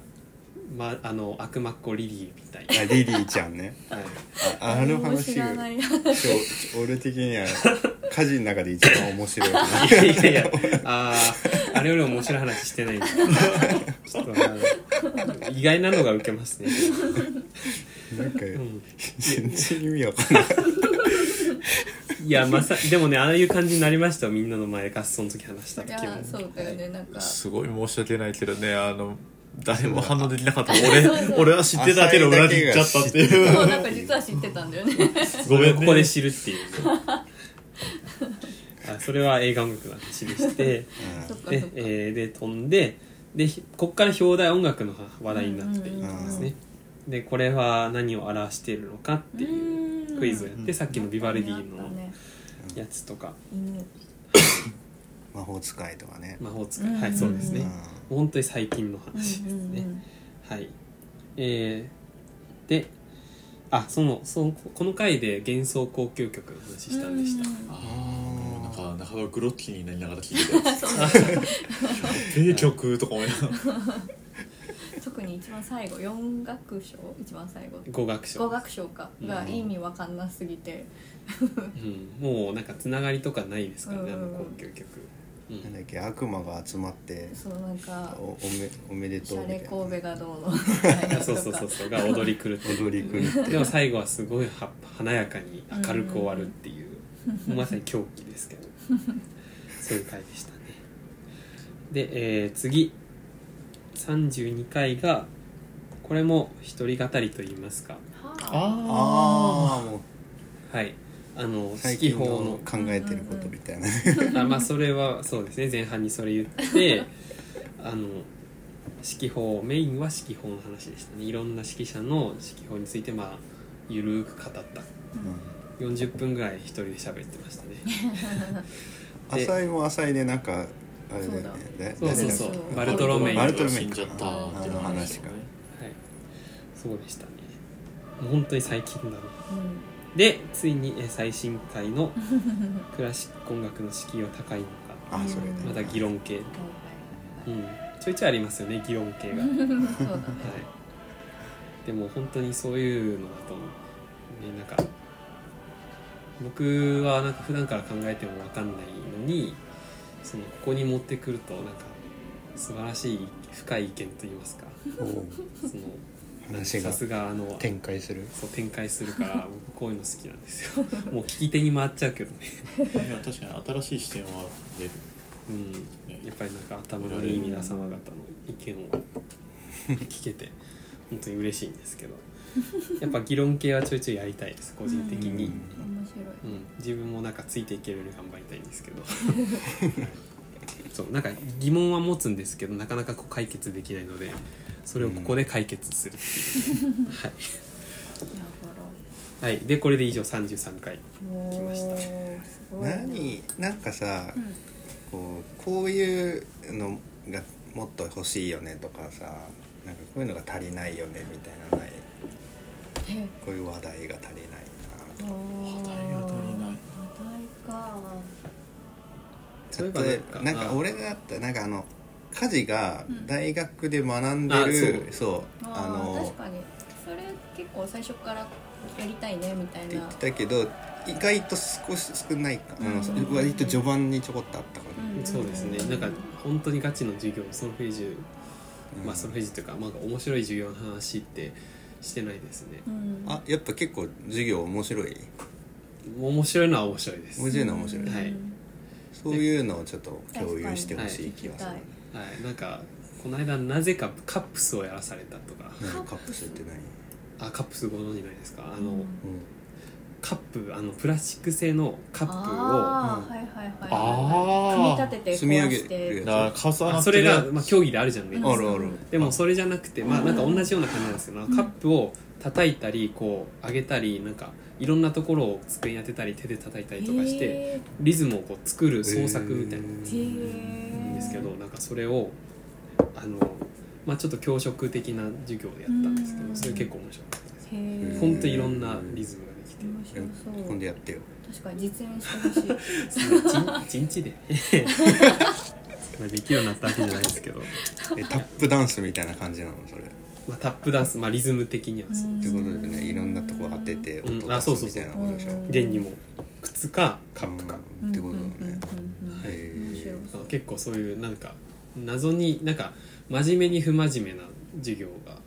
A: ま、あの悪魔っ子リリーみた い
D: あリリーちゃんね
A: な、はい、
D: ああの話
C: 知らないな
D: ちょちょ俺的には家事の中で一番 面白いかな
A: いやいやいや、ああ、あれより面白い話してないんだ。ちょっとあの意外なのが受けますね。
D: なんか
A: うん、
D: 全然意味わか んない
A: いや、まさ、でもね、ああいう感じになりましたよみんなの前で合奏の時話した
C: い
A: 時も。
C: やそうだよねなんか
B: すごい申し訳ないけどねあの誰も反応できなかった 俺俺は知ってたけど裏切っちゃったって い
C: そううなんか実は知ってたんだよね
B: ごめん
A: こ
B: ね
A: こで知るっていうね、あそれは映画音楽の話でして
C: そっかそっ
A: で
C: か、、
A: えーで飛んででひこっから表題音楽の話題になっていくんですね、でこれは何を表しているのかっていうクイズをやって、
D: うん
A: さっきのビバルディ
C: あっ
A: の
C: たね
A: やつとか
C: 犬
D: 魔法使いとかね、
A: 魔法使い、
C: うん
A: はいそうですね、
D: うん
A: もう本当に最近の話ですね、はいえーであそのそのこの回で幻想高級曲の話したんでした、
B: あーなんか半ばグロッキーになりながら聴いて た
C: そう
B: ええ曲とか思いながら
C: 特に一番最後四楽章一番最後
A: 語学
C: 五
A: 賞、
C: 楽章かが意味わかんなすぎて、
A: うん、もうなんかつながりとかないですからね、
C: う
A: あ
C: ん
A: の高級曲、うん
D: なんだっけ悪魔が集まって
C: そうなんか
D: おおめおめで
C: シ
D: とうみ
C: ャ
D: た
C: レ
D: いな
C: 神戸がどうのみたい な
A: そうそうそうそうが踊り狂って
D: 踊り狂って
A: でも最後はすごいは華やかに明るく終わるっていう、まさに狂気ですけどそういう回でしたねで、えー次32回がこれも一人語りと言いますか
C: は
B: あ
D: ああもう
A: はいあの
D: 最
A: 指揮
D: 近
A: 法
D: の
A: の
D: 考えてることみたいな、
A: あまあそれはそうですね前半にそれ言っ てあの指揮法メインは指揮法の話でしたねいろんな指揮者の指揮法についてまあゆるーく語った40分ぐらい一人で喋ってましたねで
D: 浅井も浅井でなんかあれだよねだ
A: そうそうそう
D: 誰だっけ
A: バルトロメイ
D: バルトロメイ
B: 死んじゃったっていう話
D: あの話か
A: はい、そうでしたね。もう本当に最近だな。
C: ーうん
A: で、ついにえー最新回 のクラシック音楽の敷居は高いのか、
D: あそれだ
A: まだ議論系。うん、ちょいちょいありますよね、議論系が。はい。
C: そうだね
A: でも本当にそういうのだと、ね、なんか、僕はなんか普段から考えてもわかんないのに、そのここに持ってくると、なんか、素晴らしい深い意見といいますか、
D: おう
A: その、
D: 話が
A: さすがあの
D: 展開する
A: そう展開するから僕こういうの好きなんです よもう聞き手に回っちゃうけどね、
B: いや確かに新しい視点は出る
A: うん、やっぱりなんか頭のいい皆様方の意見を聞けて本当に嬉しいんですけどやっぱ議論系はちょいちょいやりたいです個人的に、
C: 面白い
A: うん、自分もなんかついていけるように頑張りたいんですけどそうなんか疑問は持つんですけどなかなかこう解決できないのでそれをここで解決するっていう、はいは
C: や
A: い、でこれで以上33回
C: ほら
A: 来ました
C: おーすごいな
D: 何なんかさ、
C: うん
D: こうこういうのがもっと欲しいよねとかさなんかこういうのが足りないよねみたいなのない
C: え
D: こういう話題が足りないな
C: おー
B: 話題が足りない
C: 話題か
A: そういえば
D: 例えば
A: な
D: なんん
A: か
D: か俺があったなんかあの家事が
C: うん
D: 大学で学んで
A: あ
D: る、そうあ
C: あー
D: の
C: 確かにそれ結構最初からやりたいねみたい
D: って言
C: な
D: ってたけど意外と少し少ないか、
C: う
D: あ
C: んうんう
D: の
C: ん
D: 割と序盤にちょこっとあったか
C: んん
A: そうですね、なんか本当にガチの授業ソルフェージュ、
D: ら、うん
A: まあソルフェージュというか、まあ、面白い授業の話ってしてないですね
C: うん
D: あやっぱ結構授業面白い
A: 面白いのは面白いです、は
D: 面白いのは面白い、
A: はい
D: そういうのをちょっと共有してほしい気がする、
C: はい
A: い、なんかこの間なぜかカップスをやらされたとか
D: うんカップスって何、
A: あカップスご存じないですかあ
C: あ
A: の、
D: うん
A: カップあのプラスチック製のカップを
C: あーはいはいはい
B: あー
C: 組み立てて
D: 積み上げ
C: こうして
D: る
B: だから重な
A: あ
B: っ
A: そ
B: て
A: れ
B: る
A: が、まあ、競技であるじゃないですか
D: あるある
A: でもそれじゃなくてまあなんか同じような感じなんですけど、
C: ん
A: カップを叩いたりこう上げたりなんかいろんなところを机に当てたり手で叩いたりとかして、
C: へ
A: リズムをこう作る創作みたいな
C: ー
D: へ
A: ん
C: へー
A: ですけど、なんかそれをあの、まあ、ちょっと教職的な授業でやったんですけど、
C: うん
A: それ結構面白かったです
C: へー
A: ほんといろんなリズムができて
C: 面白そう
D: 今度やってよ
C: 確かに実演して ほしい
A: そんな一日で まあできるようになったわけじゃないですけど、
D: えタップダンスみたいな感じなのそれっ
A: まあ、タップダンス、まあ、リズム的にはそう
D: てことでねいろんなとこ当てて音
A: うんあ
D: 出
A: そうそ
D: す
A: うそう
D: みたいなことでしょ
C: うん
A: 現にも靴かカップか、
D: うんってことだね
C: うんうんうんうんうん
D: へー
C: 面白そう
A: 結構そういうなんか謎になんか真面目に不真面目な授業が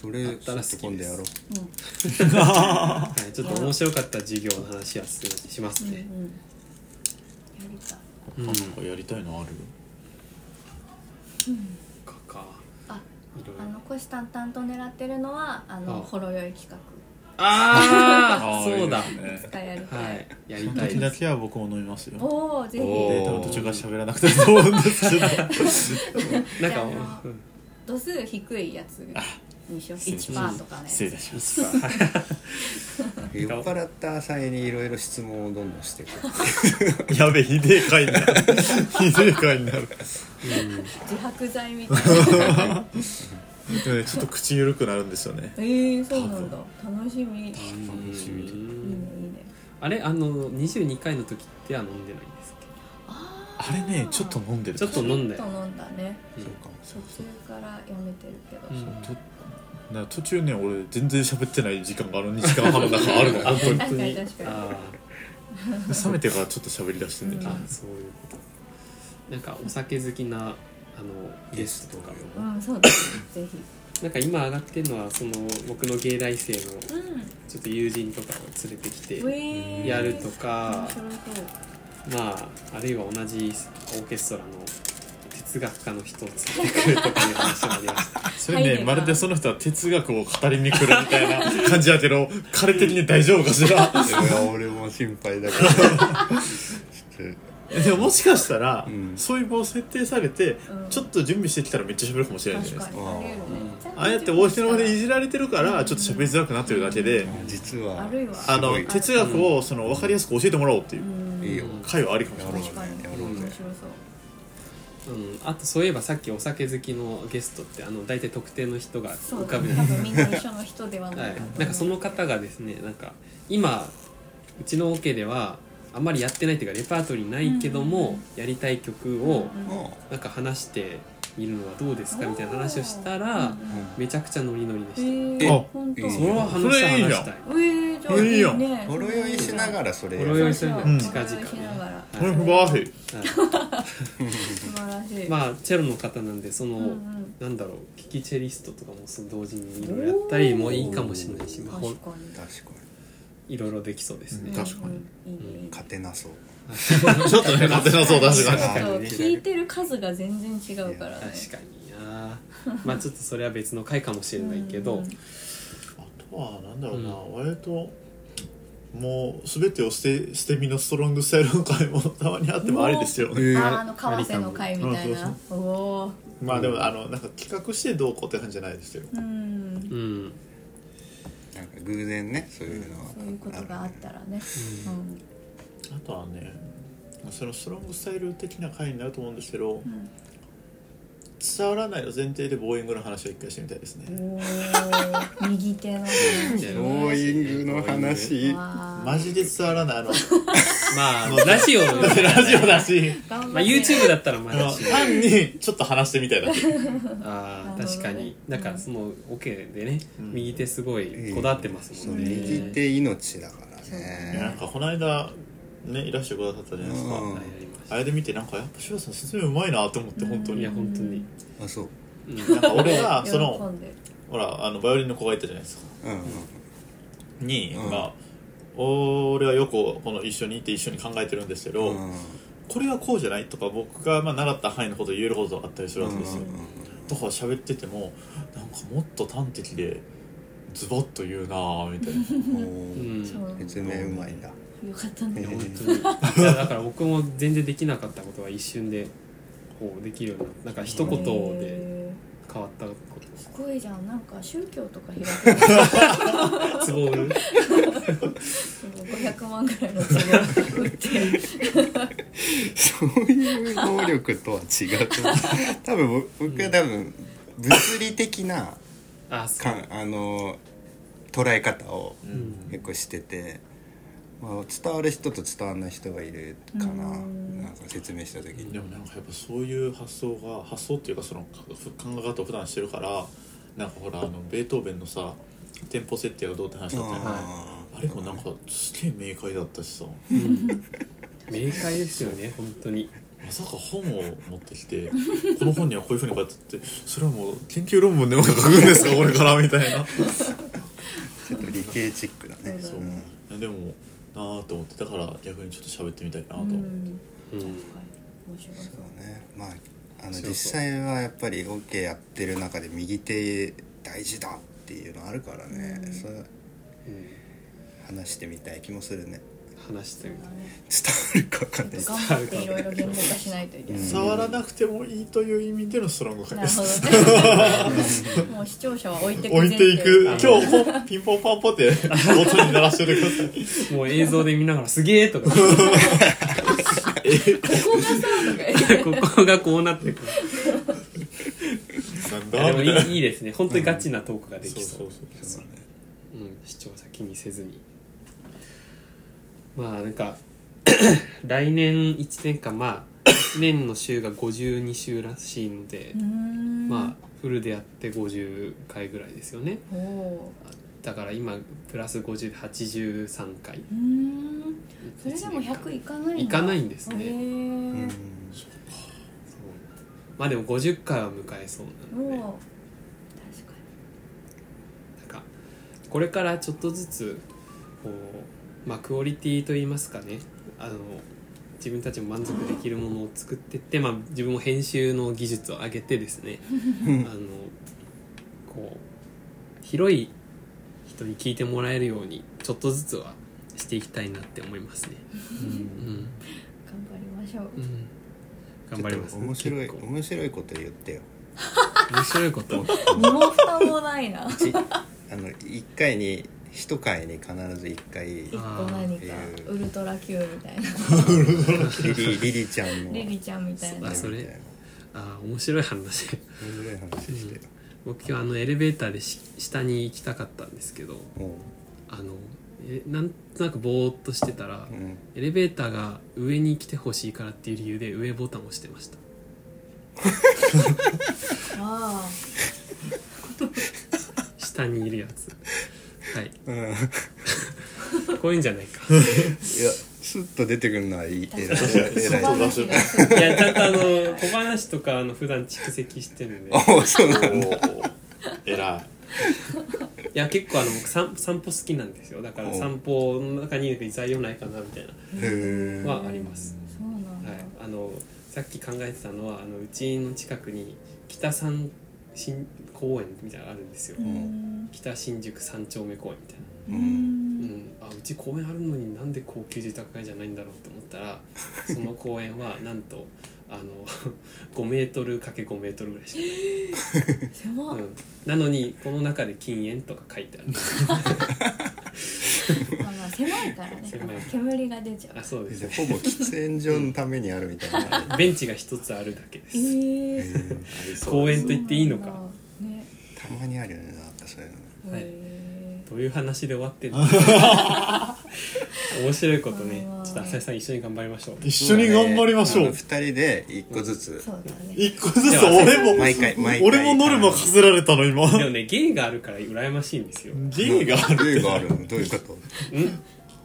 D: それちょっと今度やろう
A: はい、ちょっと面白かった授業の話はするします
C: うん
A: ね。
C: うんやりたい
A: うん、
B: な
A: か
B: んかやりたいのある
A: か。
C: あ
A: いろい
C: あ
A: ろ
C: の虎視眈々と狙ってるのはあの
A: あ
C: ほろ酔い企画
A: ああ
B: ー
A: そうだ
B: いいですね
C: 使やりたい、
A: はいやり
B: その
A: た い
B: 時
A: で
B: だ
A: す
B: けは僕も飲みますよ
C: おおぜひ
D: お
B: で
D: ー
B: 多分途中から喋らなくても思うんですけど
A: なんか
C: いやあの
A: うん
C: 度数低いやつにしよう
B: すいませ
C: 1
B: ん
C: パーとかね
B: 失礼いたします
D: 酔っ払った浅井にいろいろ質問をどんどんしてく る
B: やべえひでえ回になる ひでえ回になる
C: 自白剤みたい な
B: でもねちょっと口緩くなるんですよね
C: えー、そうなんだ楽しみいいね
B: 楽しみで
C: いいね
A: あれあの22回の時っては飲んでないんですっ
C: あ
B: あれねちょっと飲んでる
A: ちょっと飲んで
C: ちょっと飲んだね
A: け
B: そうかも
C: 途中からやめてるけど、
A: うん
B: とな途中ね俺全然喋ってない時間があの2時間半の 中あるの本当に
C: 確かに確かに
A: あ
B: 冷めてからちょっと喋りだしてんね
A: ー
B: んけど
A: あそういうことなんかお酒好きなあのゲストとかも
C: うんそうだねぜひ
A: なんか今上がってるのはその僕の芸大生の
C: う
A: ちょっと友人とかを連れてき
C: ん
A: て
C: えー
A: やるとか
C: 面白そう
A: まああるいは同じオーケストラの哲学家の人を連れてくるとかいう話もありました
B: それね、
C: 入れば
B: まるでその人は哲学を語りに来るみたいな感じやけど彼的に大丈夫かし ら
D: 俺も心配だか らちょっと
B: でももしかしたら、
D: うん
B: そういう場を設定されて、
C: うん
B: ちょっと準備してきたらめっちゃ喋るかもしれないじゃ
C: 確
B: ないで
C: か
B: すか
C: にあり得るね
B: ああやって大人の場でいじられてるからちょっと喋りづらくなってるだけで、
D: 実は
C: あるいは
B: あ
D: すご
B: の
D: い
B: 哲学をその分かりやすく教えてもらおうっていううん
D: いいよ
B: 会はありかもしれない、
C: 確かに
D: やろう
A: ぜ
C: 面白そう
A: うん、あとそういえばさっきお酒好きのゲストってあの大体特定の人が
C: そ
A: 浮
C: う多
A: かぶじゃないです
C: 分みんな一緒の人では
A: か、
C: な
A: はい
C: と思う
A: い、なんかその方がですねなんか今うちのオ、ケではあんまりやってないっていうかレパートリーないけども、
C: うんうん
A: やりたい曲を
C: うん
D: も
A: なんか話してみるのはどうですかみたいな話をした
C: うん
A: ら、
D: う
A: めちゃくちゃノリノリで
C: え
A: し
C: ー
B: あ
C: 本当
D: いい
A: た、
D: よ
A: それは話した
B: それい
A: 話
B: いじゃん
A: したい
C: えー、じゃあ
B: いいやん
C: ね
D: ほろ酔いしながらそれ
A: ほろ酔いしながら
B: うん
A: 近々
C: ほろ酔いしながら
B: これ
A: ね
B: 不合わせ
A: は
C: 素晴らし
A: い
C: い、
A: まあチェロの方なんでその、
C: うんうん、
A: なんだろうキキチェリストとかもその同時にいろいろやったりもいいかもしれないし、まあ、ほ
C: 確
A: ん
C: かに
D: 確か
A: いろいろできそうですね、
B: うん確かに
C: うんうんいい
D: に
C: ね
D: 勝てなそう
B: ちょっとね勝手なそう確かに
D: 確かに
C: そう聞いてる数が全然違うからね
A: 確かになまあ ちょっとそれは別の回かもしれないけど、
C: うんうん
B: あとはなんだろうな、
A: う
B: 割ともう全てを捨て捨て身のストロングスタイルの会もたまにあってもありですよ、
D: え
C: あーあの為替の会みた
B: う
C: い
B: ん
C: なおお
B: まあでもあのなんか企画してどうこうって感じじゃないですけど
C: ーうん
A: うん
D: なんか偶然ねそういうのは
C: そういうことがあったらねうん
B: あとはねそのストロングスタイル的な会になると思うんですけど
C: うん
B: 伝わらないの前提でボーイングの話を一回してみたいですね
C: おー右手の話
A: う
D: ボーイングの話
C: わー
B: マジで伝わらないあの
A: まあラジオ、
B: ラジオだし
C: 頑張って
A: まあ、YouTube だったらま
B: あの
A: だし
B: 単にちょっと話してみた いだけ
A: あ
C: なるほど
A: ー確かになんかそのオ、ケでね、
B: うん
A: 右手すごいこだわってます
D: そ
A: も
D: う
A: んね、
D: 右手命だから
B: いやなん
D: ね
B: かこの間ねいらしてくださったじゃないですか、
D: う
A: はい
D: ん
A: やりました
B: あれで見てなんかやっぱ柴田さん説明うまいなと思って本当
A: い
B: に、
A: や本当に、
D: あそう
A: うん
B: なんか俺がそ
C: 喜
B: の
C: んで
B: ほらあのバイオリンの子がいたじゃないですか
D: うんうん
B: に、
D: うん
B: まあ俺はよくこの一緒にいて一緒に考えてるんですけど、
D: うん
B: これはこうじゃないとか僕がまあ習った範囲のことを言えることがあったりするわけですよ、
D: うんうんうん
B: だから喋っててもなんかもっと端的でズバッと言うなぁみたいな
A: う
D: おー
A: ん、
C: そう
D: 説明うまいんだ
C: よかったね
A: いや本当にいやだから僕も全然できなかったことが一瞬でこうできるようになったなんか一言で
C: へ
A: 変わったこと
C: ーすごいじゃんなんか宗教とか開く
A: ツボ売る
C: 500万ぐらいの壺を売ってる
D: そういう能力とは違うと思う 多分僕僕は多分物理的な
A: あそう
D: かんあの捉え方を
A: ん
D: 結構してて、まあ、伝わる人と伝わらない人がいるかな
C: うん
D: なんか説明した時に
B: でもなんかやっぱそういう発想が発想っていうかそのか考え方を普段してるからなんかほらあのベートーベンのさテンポ設定がどうって話だったよね
D: あ
B: あれもなんかすげえ明快だったしさ
A: うん明快ですよね本当に
B: まさか本を持ってきてこの本にはこういうふうに書いてあってそれはもう研究論文でも書くんです かこれからみたいな
D: ちょっと理系チックだね
C: そう
B: でもなあと思ってだから逆にちょっと喋ってみたいなと
C: う
B: 思って
A: う
C: ん
A: ん
C: 面白そう
D: そうねまああの
A: そうそう
D: 実際はやっぱり OK やってる中で右手大事だっていうのあるからね、
C: うん
D: それ話してみたい気もするね
A: 話してみたい
D: 伝わるか分かんない
C: ちょ
D: で
C: っ
D: す
C: と頑張っていろいろ言語化しないといけない。
B: 触らなくてもいいという意味でのストロング
C: な
B: 感で
C: る
B: す
C: ほど ね。もう視聴者は置いてく
B: 置いていく
C: 前提
B: 今日もピンポンパンポンって音に鳴らしてください
A: もう映像で見ながら「すげえ!」とか
C: ここがそうとか言って
A: ここがこうなってくる
B: なん
A: いや
B: だ
A: でも
B: みたい
A: いいいいですね本当にガチなトークがで
B: なそう
A: き
B: そ
A: そうう
B: そう
A: うん視聴者気にせずにまあなんか来年1年間まあ1年の週が52週らしいので
C: うーん
A: まあフルでやって50回ぐらいですよね
C: おお
A: だから今プラス50で83回
C: うーんそれでも100いかない
A: いかないいんですね、
C: へ
A: そう
C: ー
A: まあでも50回は迎えそうなので
C: もう確か
A: なんかこれからちょっとずつこう、まあ、クオリティといいますかねあの自分たちも満足できるものを作っていって、まあ、自分も編集の技術を上げてです ねあのこう広い人に聞いてもらえるようにちょっとずつはしていきたいなって思いますね。うん
C: に頑張りましょう
A: うん、頑張ります、
D: ちょっと面白い
A: 結構
D: 面白いこと言 ってよ
A: 面白いこと
C: 身も蓋もないな
D: ちあの一回に一回に必ず一回リ
C: 一個何か
D: ー
C: ウルトラ Q みたいな
D: リリリちゃんの
C: リリちゃんみたいな
A: あそれ
D: みたいな
A: あー面白い話
D: 面白い話してよ、
A: 僕今日あのエレベーターでし下に行きたかったんですけど
D: も
A: あのえなんとなくぼーっとしてたら、
D: ううん
A: エレベーターが上に来てほしいからっていう理由で上ボタンを押してました
C: あ
A: 下にいるやつはい
D: うん
A: こういうんじゃないか
D: いや、スッと出てくるのはいい。
C: 確
D: 偉い。
C: か
B: に
D: 偉い。
B: そうだ
C: 話
D: お
C: がすごい
A: いやちゃんとあの小話とかあの普段蓄積してるんでい
D: ーそうなんだ。
B: おー偉い
A: や結構あの僕散散歩好きなんですよだから
D: お
A: 散歩の中に材料ないかなみたい
D: へー
A: なのはあります
C: そうなんだ
A: はい、あのさっき考えてたのはあのうちの近くに北三新公園みたいなのがあるんですよ、
C: うーん
A: 北新宿三丁目公園みたいな、
C: うー
A: うんん、あうち公園あるのになんで高級住宅街じゃないんだろうと思った らその公園はなんとあの 5メートルかけ5メートルぐらいしか
C: 狭
A: な
C: っ
A: い、うん、なのにこの中で禁煙とか書いてある
C: まあまあ狭いから
A: 狭い
C: ね煙が出ちゃう
A: あそうです
D: で
A: ね
D: ほぼ喫煙所のためにあるみたいな。
A: ベンチが一つあるだけで
C: え
A: す、
C: ー
D: へ
A: 公園と言っていいのか
C: そうなんだね
D: ーたまにあるよね、なんかそういうの。
A: はい
C: へ
A: どういう話で終わ ってんの面白いことねちょっと浅井さん一緒に頑張りましょう
B: 一緒に頑張りましょ
D: あの
B: う
D: 二人で一個ず
C: ー
D: つ。
C: そうだね
B: 一個ずつ俺も
D: 毎回、毎回。
B: 俺もノルマ課せられたの今
A: でもね芸があるから羨ましいんですよん
B: G がある
D: ルールがあるのどういうこと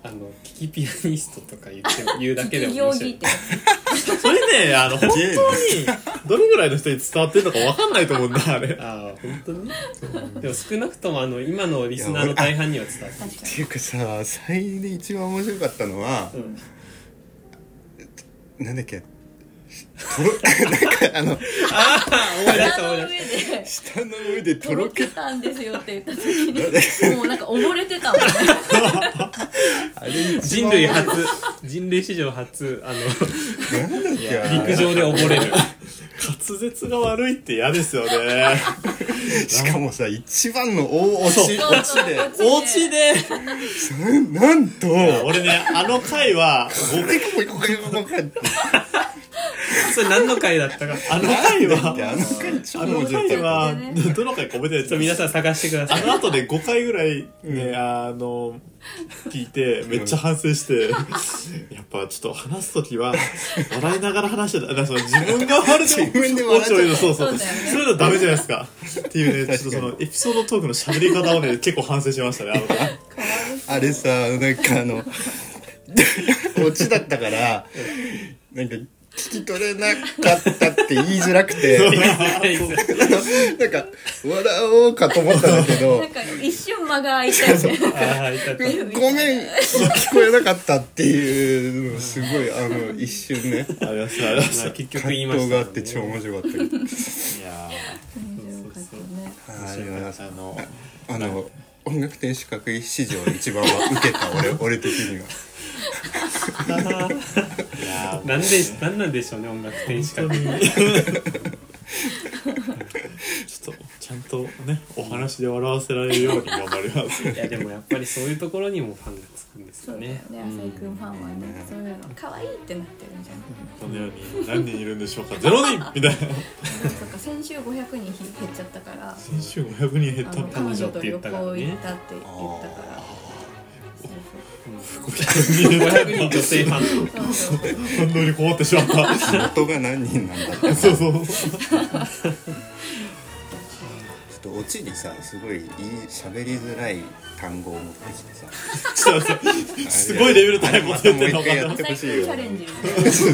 A: あの聞きピアニストとか言って 言うだけでも
C: 行
A: 面白
C: 儀っ
A: い
C: て
B: それねあの本当にどれぐらいの人に伝わってるのか分かんないと思うんだあれ
A: ああ本当にでも少なくともあの今のリスナーの大半には伝わ って
C: 確か
D: っていうかさ、最で一番面白かったのは、なんだっけ、とろ、なんかあの、
A: 思い出した
C: に
A: 思い
C: の
A: 出し
C: 上で
D: 下の上でと
C: と
D: ろ
C: ろ
D: け
C: けたんですよって言った 時にもうなんか溺れてたもんね
D: あれ
A: た人類 初人類史上初あの
D: なんだっけあれ
A: 陸上で溺れる
B: 滑舌が悪いって嫌ですよね
D: しかもさ、一番の大落ち、落ちで。
B: お家で
D: なんと、
B: 俺ねあの回は
A: それ何の回だったか
B: あの回
D: あの
B: は
D: 回超
B: あ
D: 面
B: の
D: 白
B: 回
D: かっ
B: はどの回か覚えてないです
A: 皆さん探してくださ
B: あ
A: い
B: の後で5回ぐらいね、あの、聞いて、めっちゃ反省 して、やっぱちょっと話すときは、笑いながら話してた。だからその自分が悪
D: 自分で笑っちゃう
B: う。そうそう。
C: そうだよね
B: そういうのダメじゃないですか。っていうね、ちょっとそのエピソードトークの喋り方をね、結構反省しましたね、あの回。
D: た。あれさ、なんかあ の、落ちだったから、なんか、聞き取れなかったって言いづらくて、なんか、笑おうかと思ったんだけど
C: な、んか一瞬間が空いたよね
A: あーいたい
D: ごめん、聞こえなかったっていうの、すごい、あの、一瞬ね、
B: ありがとうございま
A: た
B: す。
A: まあ 結局言い
D: 葛
A: まし
D: 藤
A: たも
D: が
A: んね
D: あって超面白かったけ
B: い
D: ど。
B: や
C: 面白かったね
D: ありがとうございます
B: ーあの、
D: あの、音楽天資格史上一番は受けた俺俺的には
A: なんでなんなんでしょうね音楽天しか
B: 本当にちょっとちゃんとねお話で笑わせられるように頑張ります
A: いやでもやっぱりそういうところにもファンがつくんです
C: そ
A: よ
C: うだよ
A: ね
C: ね。浅井くんファンはね、そういうの可愛いってなってるんじゃん。
B: このように何人いるんでしょうかゼロ人みたいな
C: そっか先週500人減っちゃったから。
B: 先週500人減
C: あ
B: った
C: の
A: 彼
B: っ
C: 彼女
A: 女
C: と
A: と
C: 旅
A: 旅
C: 行行
A: 行
C: ったって言ったから。そう
A: 500人女 性ファン
C: そうそうそう
B: 反応に困ってしまった
D: 元が何人なんだって
B: そうそう
D: ちょっとオチにさすごいいい喋りづらい単語を持ってきてさ
B: すごいレベル高いこと言ってんの
D: あれまたも
B: かな
C: 浅
D: う一回やってほ
C: 井
D: し
C: くん
D: いよ
C: チャレンジみたい
A: ちょっ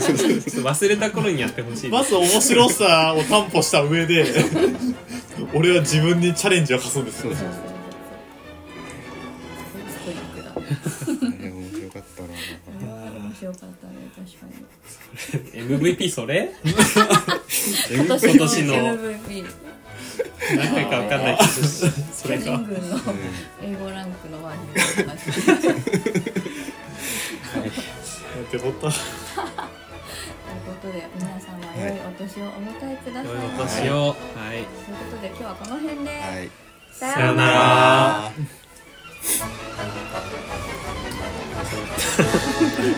A: と忘れた頃にやってほしい
B: ま
A: です
B: ず面白さを担保した上で俺は自分にチャレンジを課すんですよ
D: そうそう
C: な。そうそうそう。トリック
D: あれ面白かったな
C: だ。面白かったね確かに。
A: MVP それ
C: 今
A: 年の
C: MVP
A: 何回か分かんないけどそ
C: 巨
A: れか
C: 人軍の英語ランクのワンになりましたという
B: ってことは
C: ことで皆様良いお年をお迎えください
A: 良い
C: という
A: お年をはい
C: ことで今日はこの辺で
D: はい
C: さ
A: さよ
C: よう
A: な
C: なら
A: ら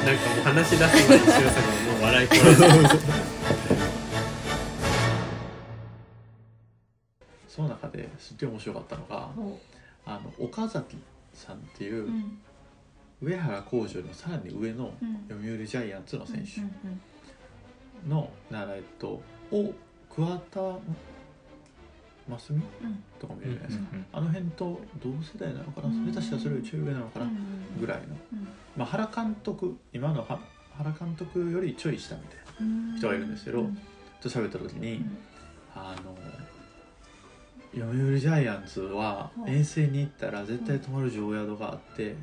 A: なんかもう話し出すのにしおさんがもう笑いこらえて
B: その中ですっげえ面白かったのがあの岡崎さんっていう、
C: うん
B: 上原浩二よりもさらに上の
C: うん
B: 読売ジャイアンツの選手
C: うんうん
B: の習いとを桑田真澄
C: うん
B: とかもいるじゃないですか、あの辺と同世代なのかな、
C: うん
B: それたちはそれよりちょい上なのかな、ぐらいの、まあ、原監督今のは原監督よりちょい下みたいな
C: うん
B: 人がいるんですけど
C: うん
B: と喋った時に、
C: ん
B: あの読売ジャイアンツは
C: はい
B: 遠征に行ったら絶対泊まる常宿があって、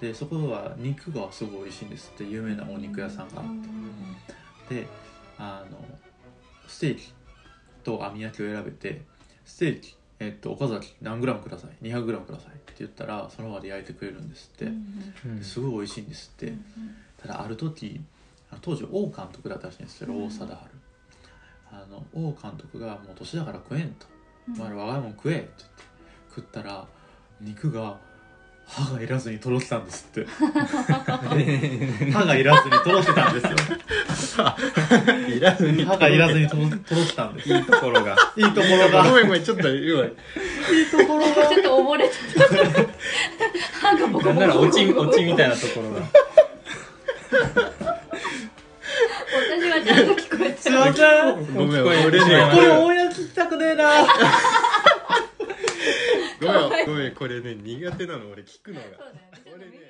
B: でそこは肉がすごい美味しいんですって有名なお肉屋さんがあ
C: うん
B: って、あのステーキと網焼きを選べてステーキえっと、岡崎何グラムください200グラムくださいって言ったらその場で焼いてくれるんですって、
C: うん
B: すごい美味しいんですって、ただある時あの当時王監督だったらしいんですけど、
C: うん
B: 王貞治あの王監督が「もう年だから食えん」と「
C: うん
B: お前ら我が家もん食え」って言って食ったら肉が歯がいらずにとろけたんですって歯がいらずにとろけたんですよ
D: いらず
B: 歯がいらずにとろとろけたんですいい
D: ところが
B: ところが
D: ごめんごめんちょっと弱い
C: ちょっと溺れてた歯がボコボコ
A: なんならオチオチみたいなところが
C: 私はちゃんと聞こえてる
B: ません
D: ごめん
A: 聞こえて
D: 俺
A: し
D: ね
A: まいま
B: こ
A: し
B: れ
A: た
B: オンエア聞きたくねえな
D: ごめんごめんこれね苦手なの俺聞くのが
C: そうだよねちょっと見て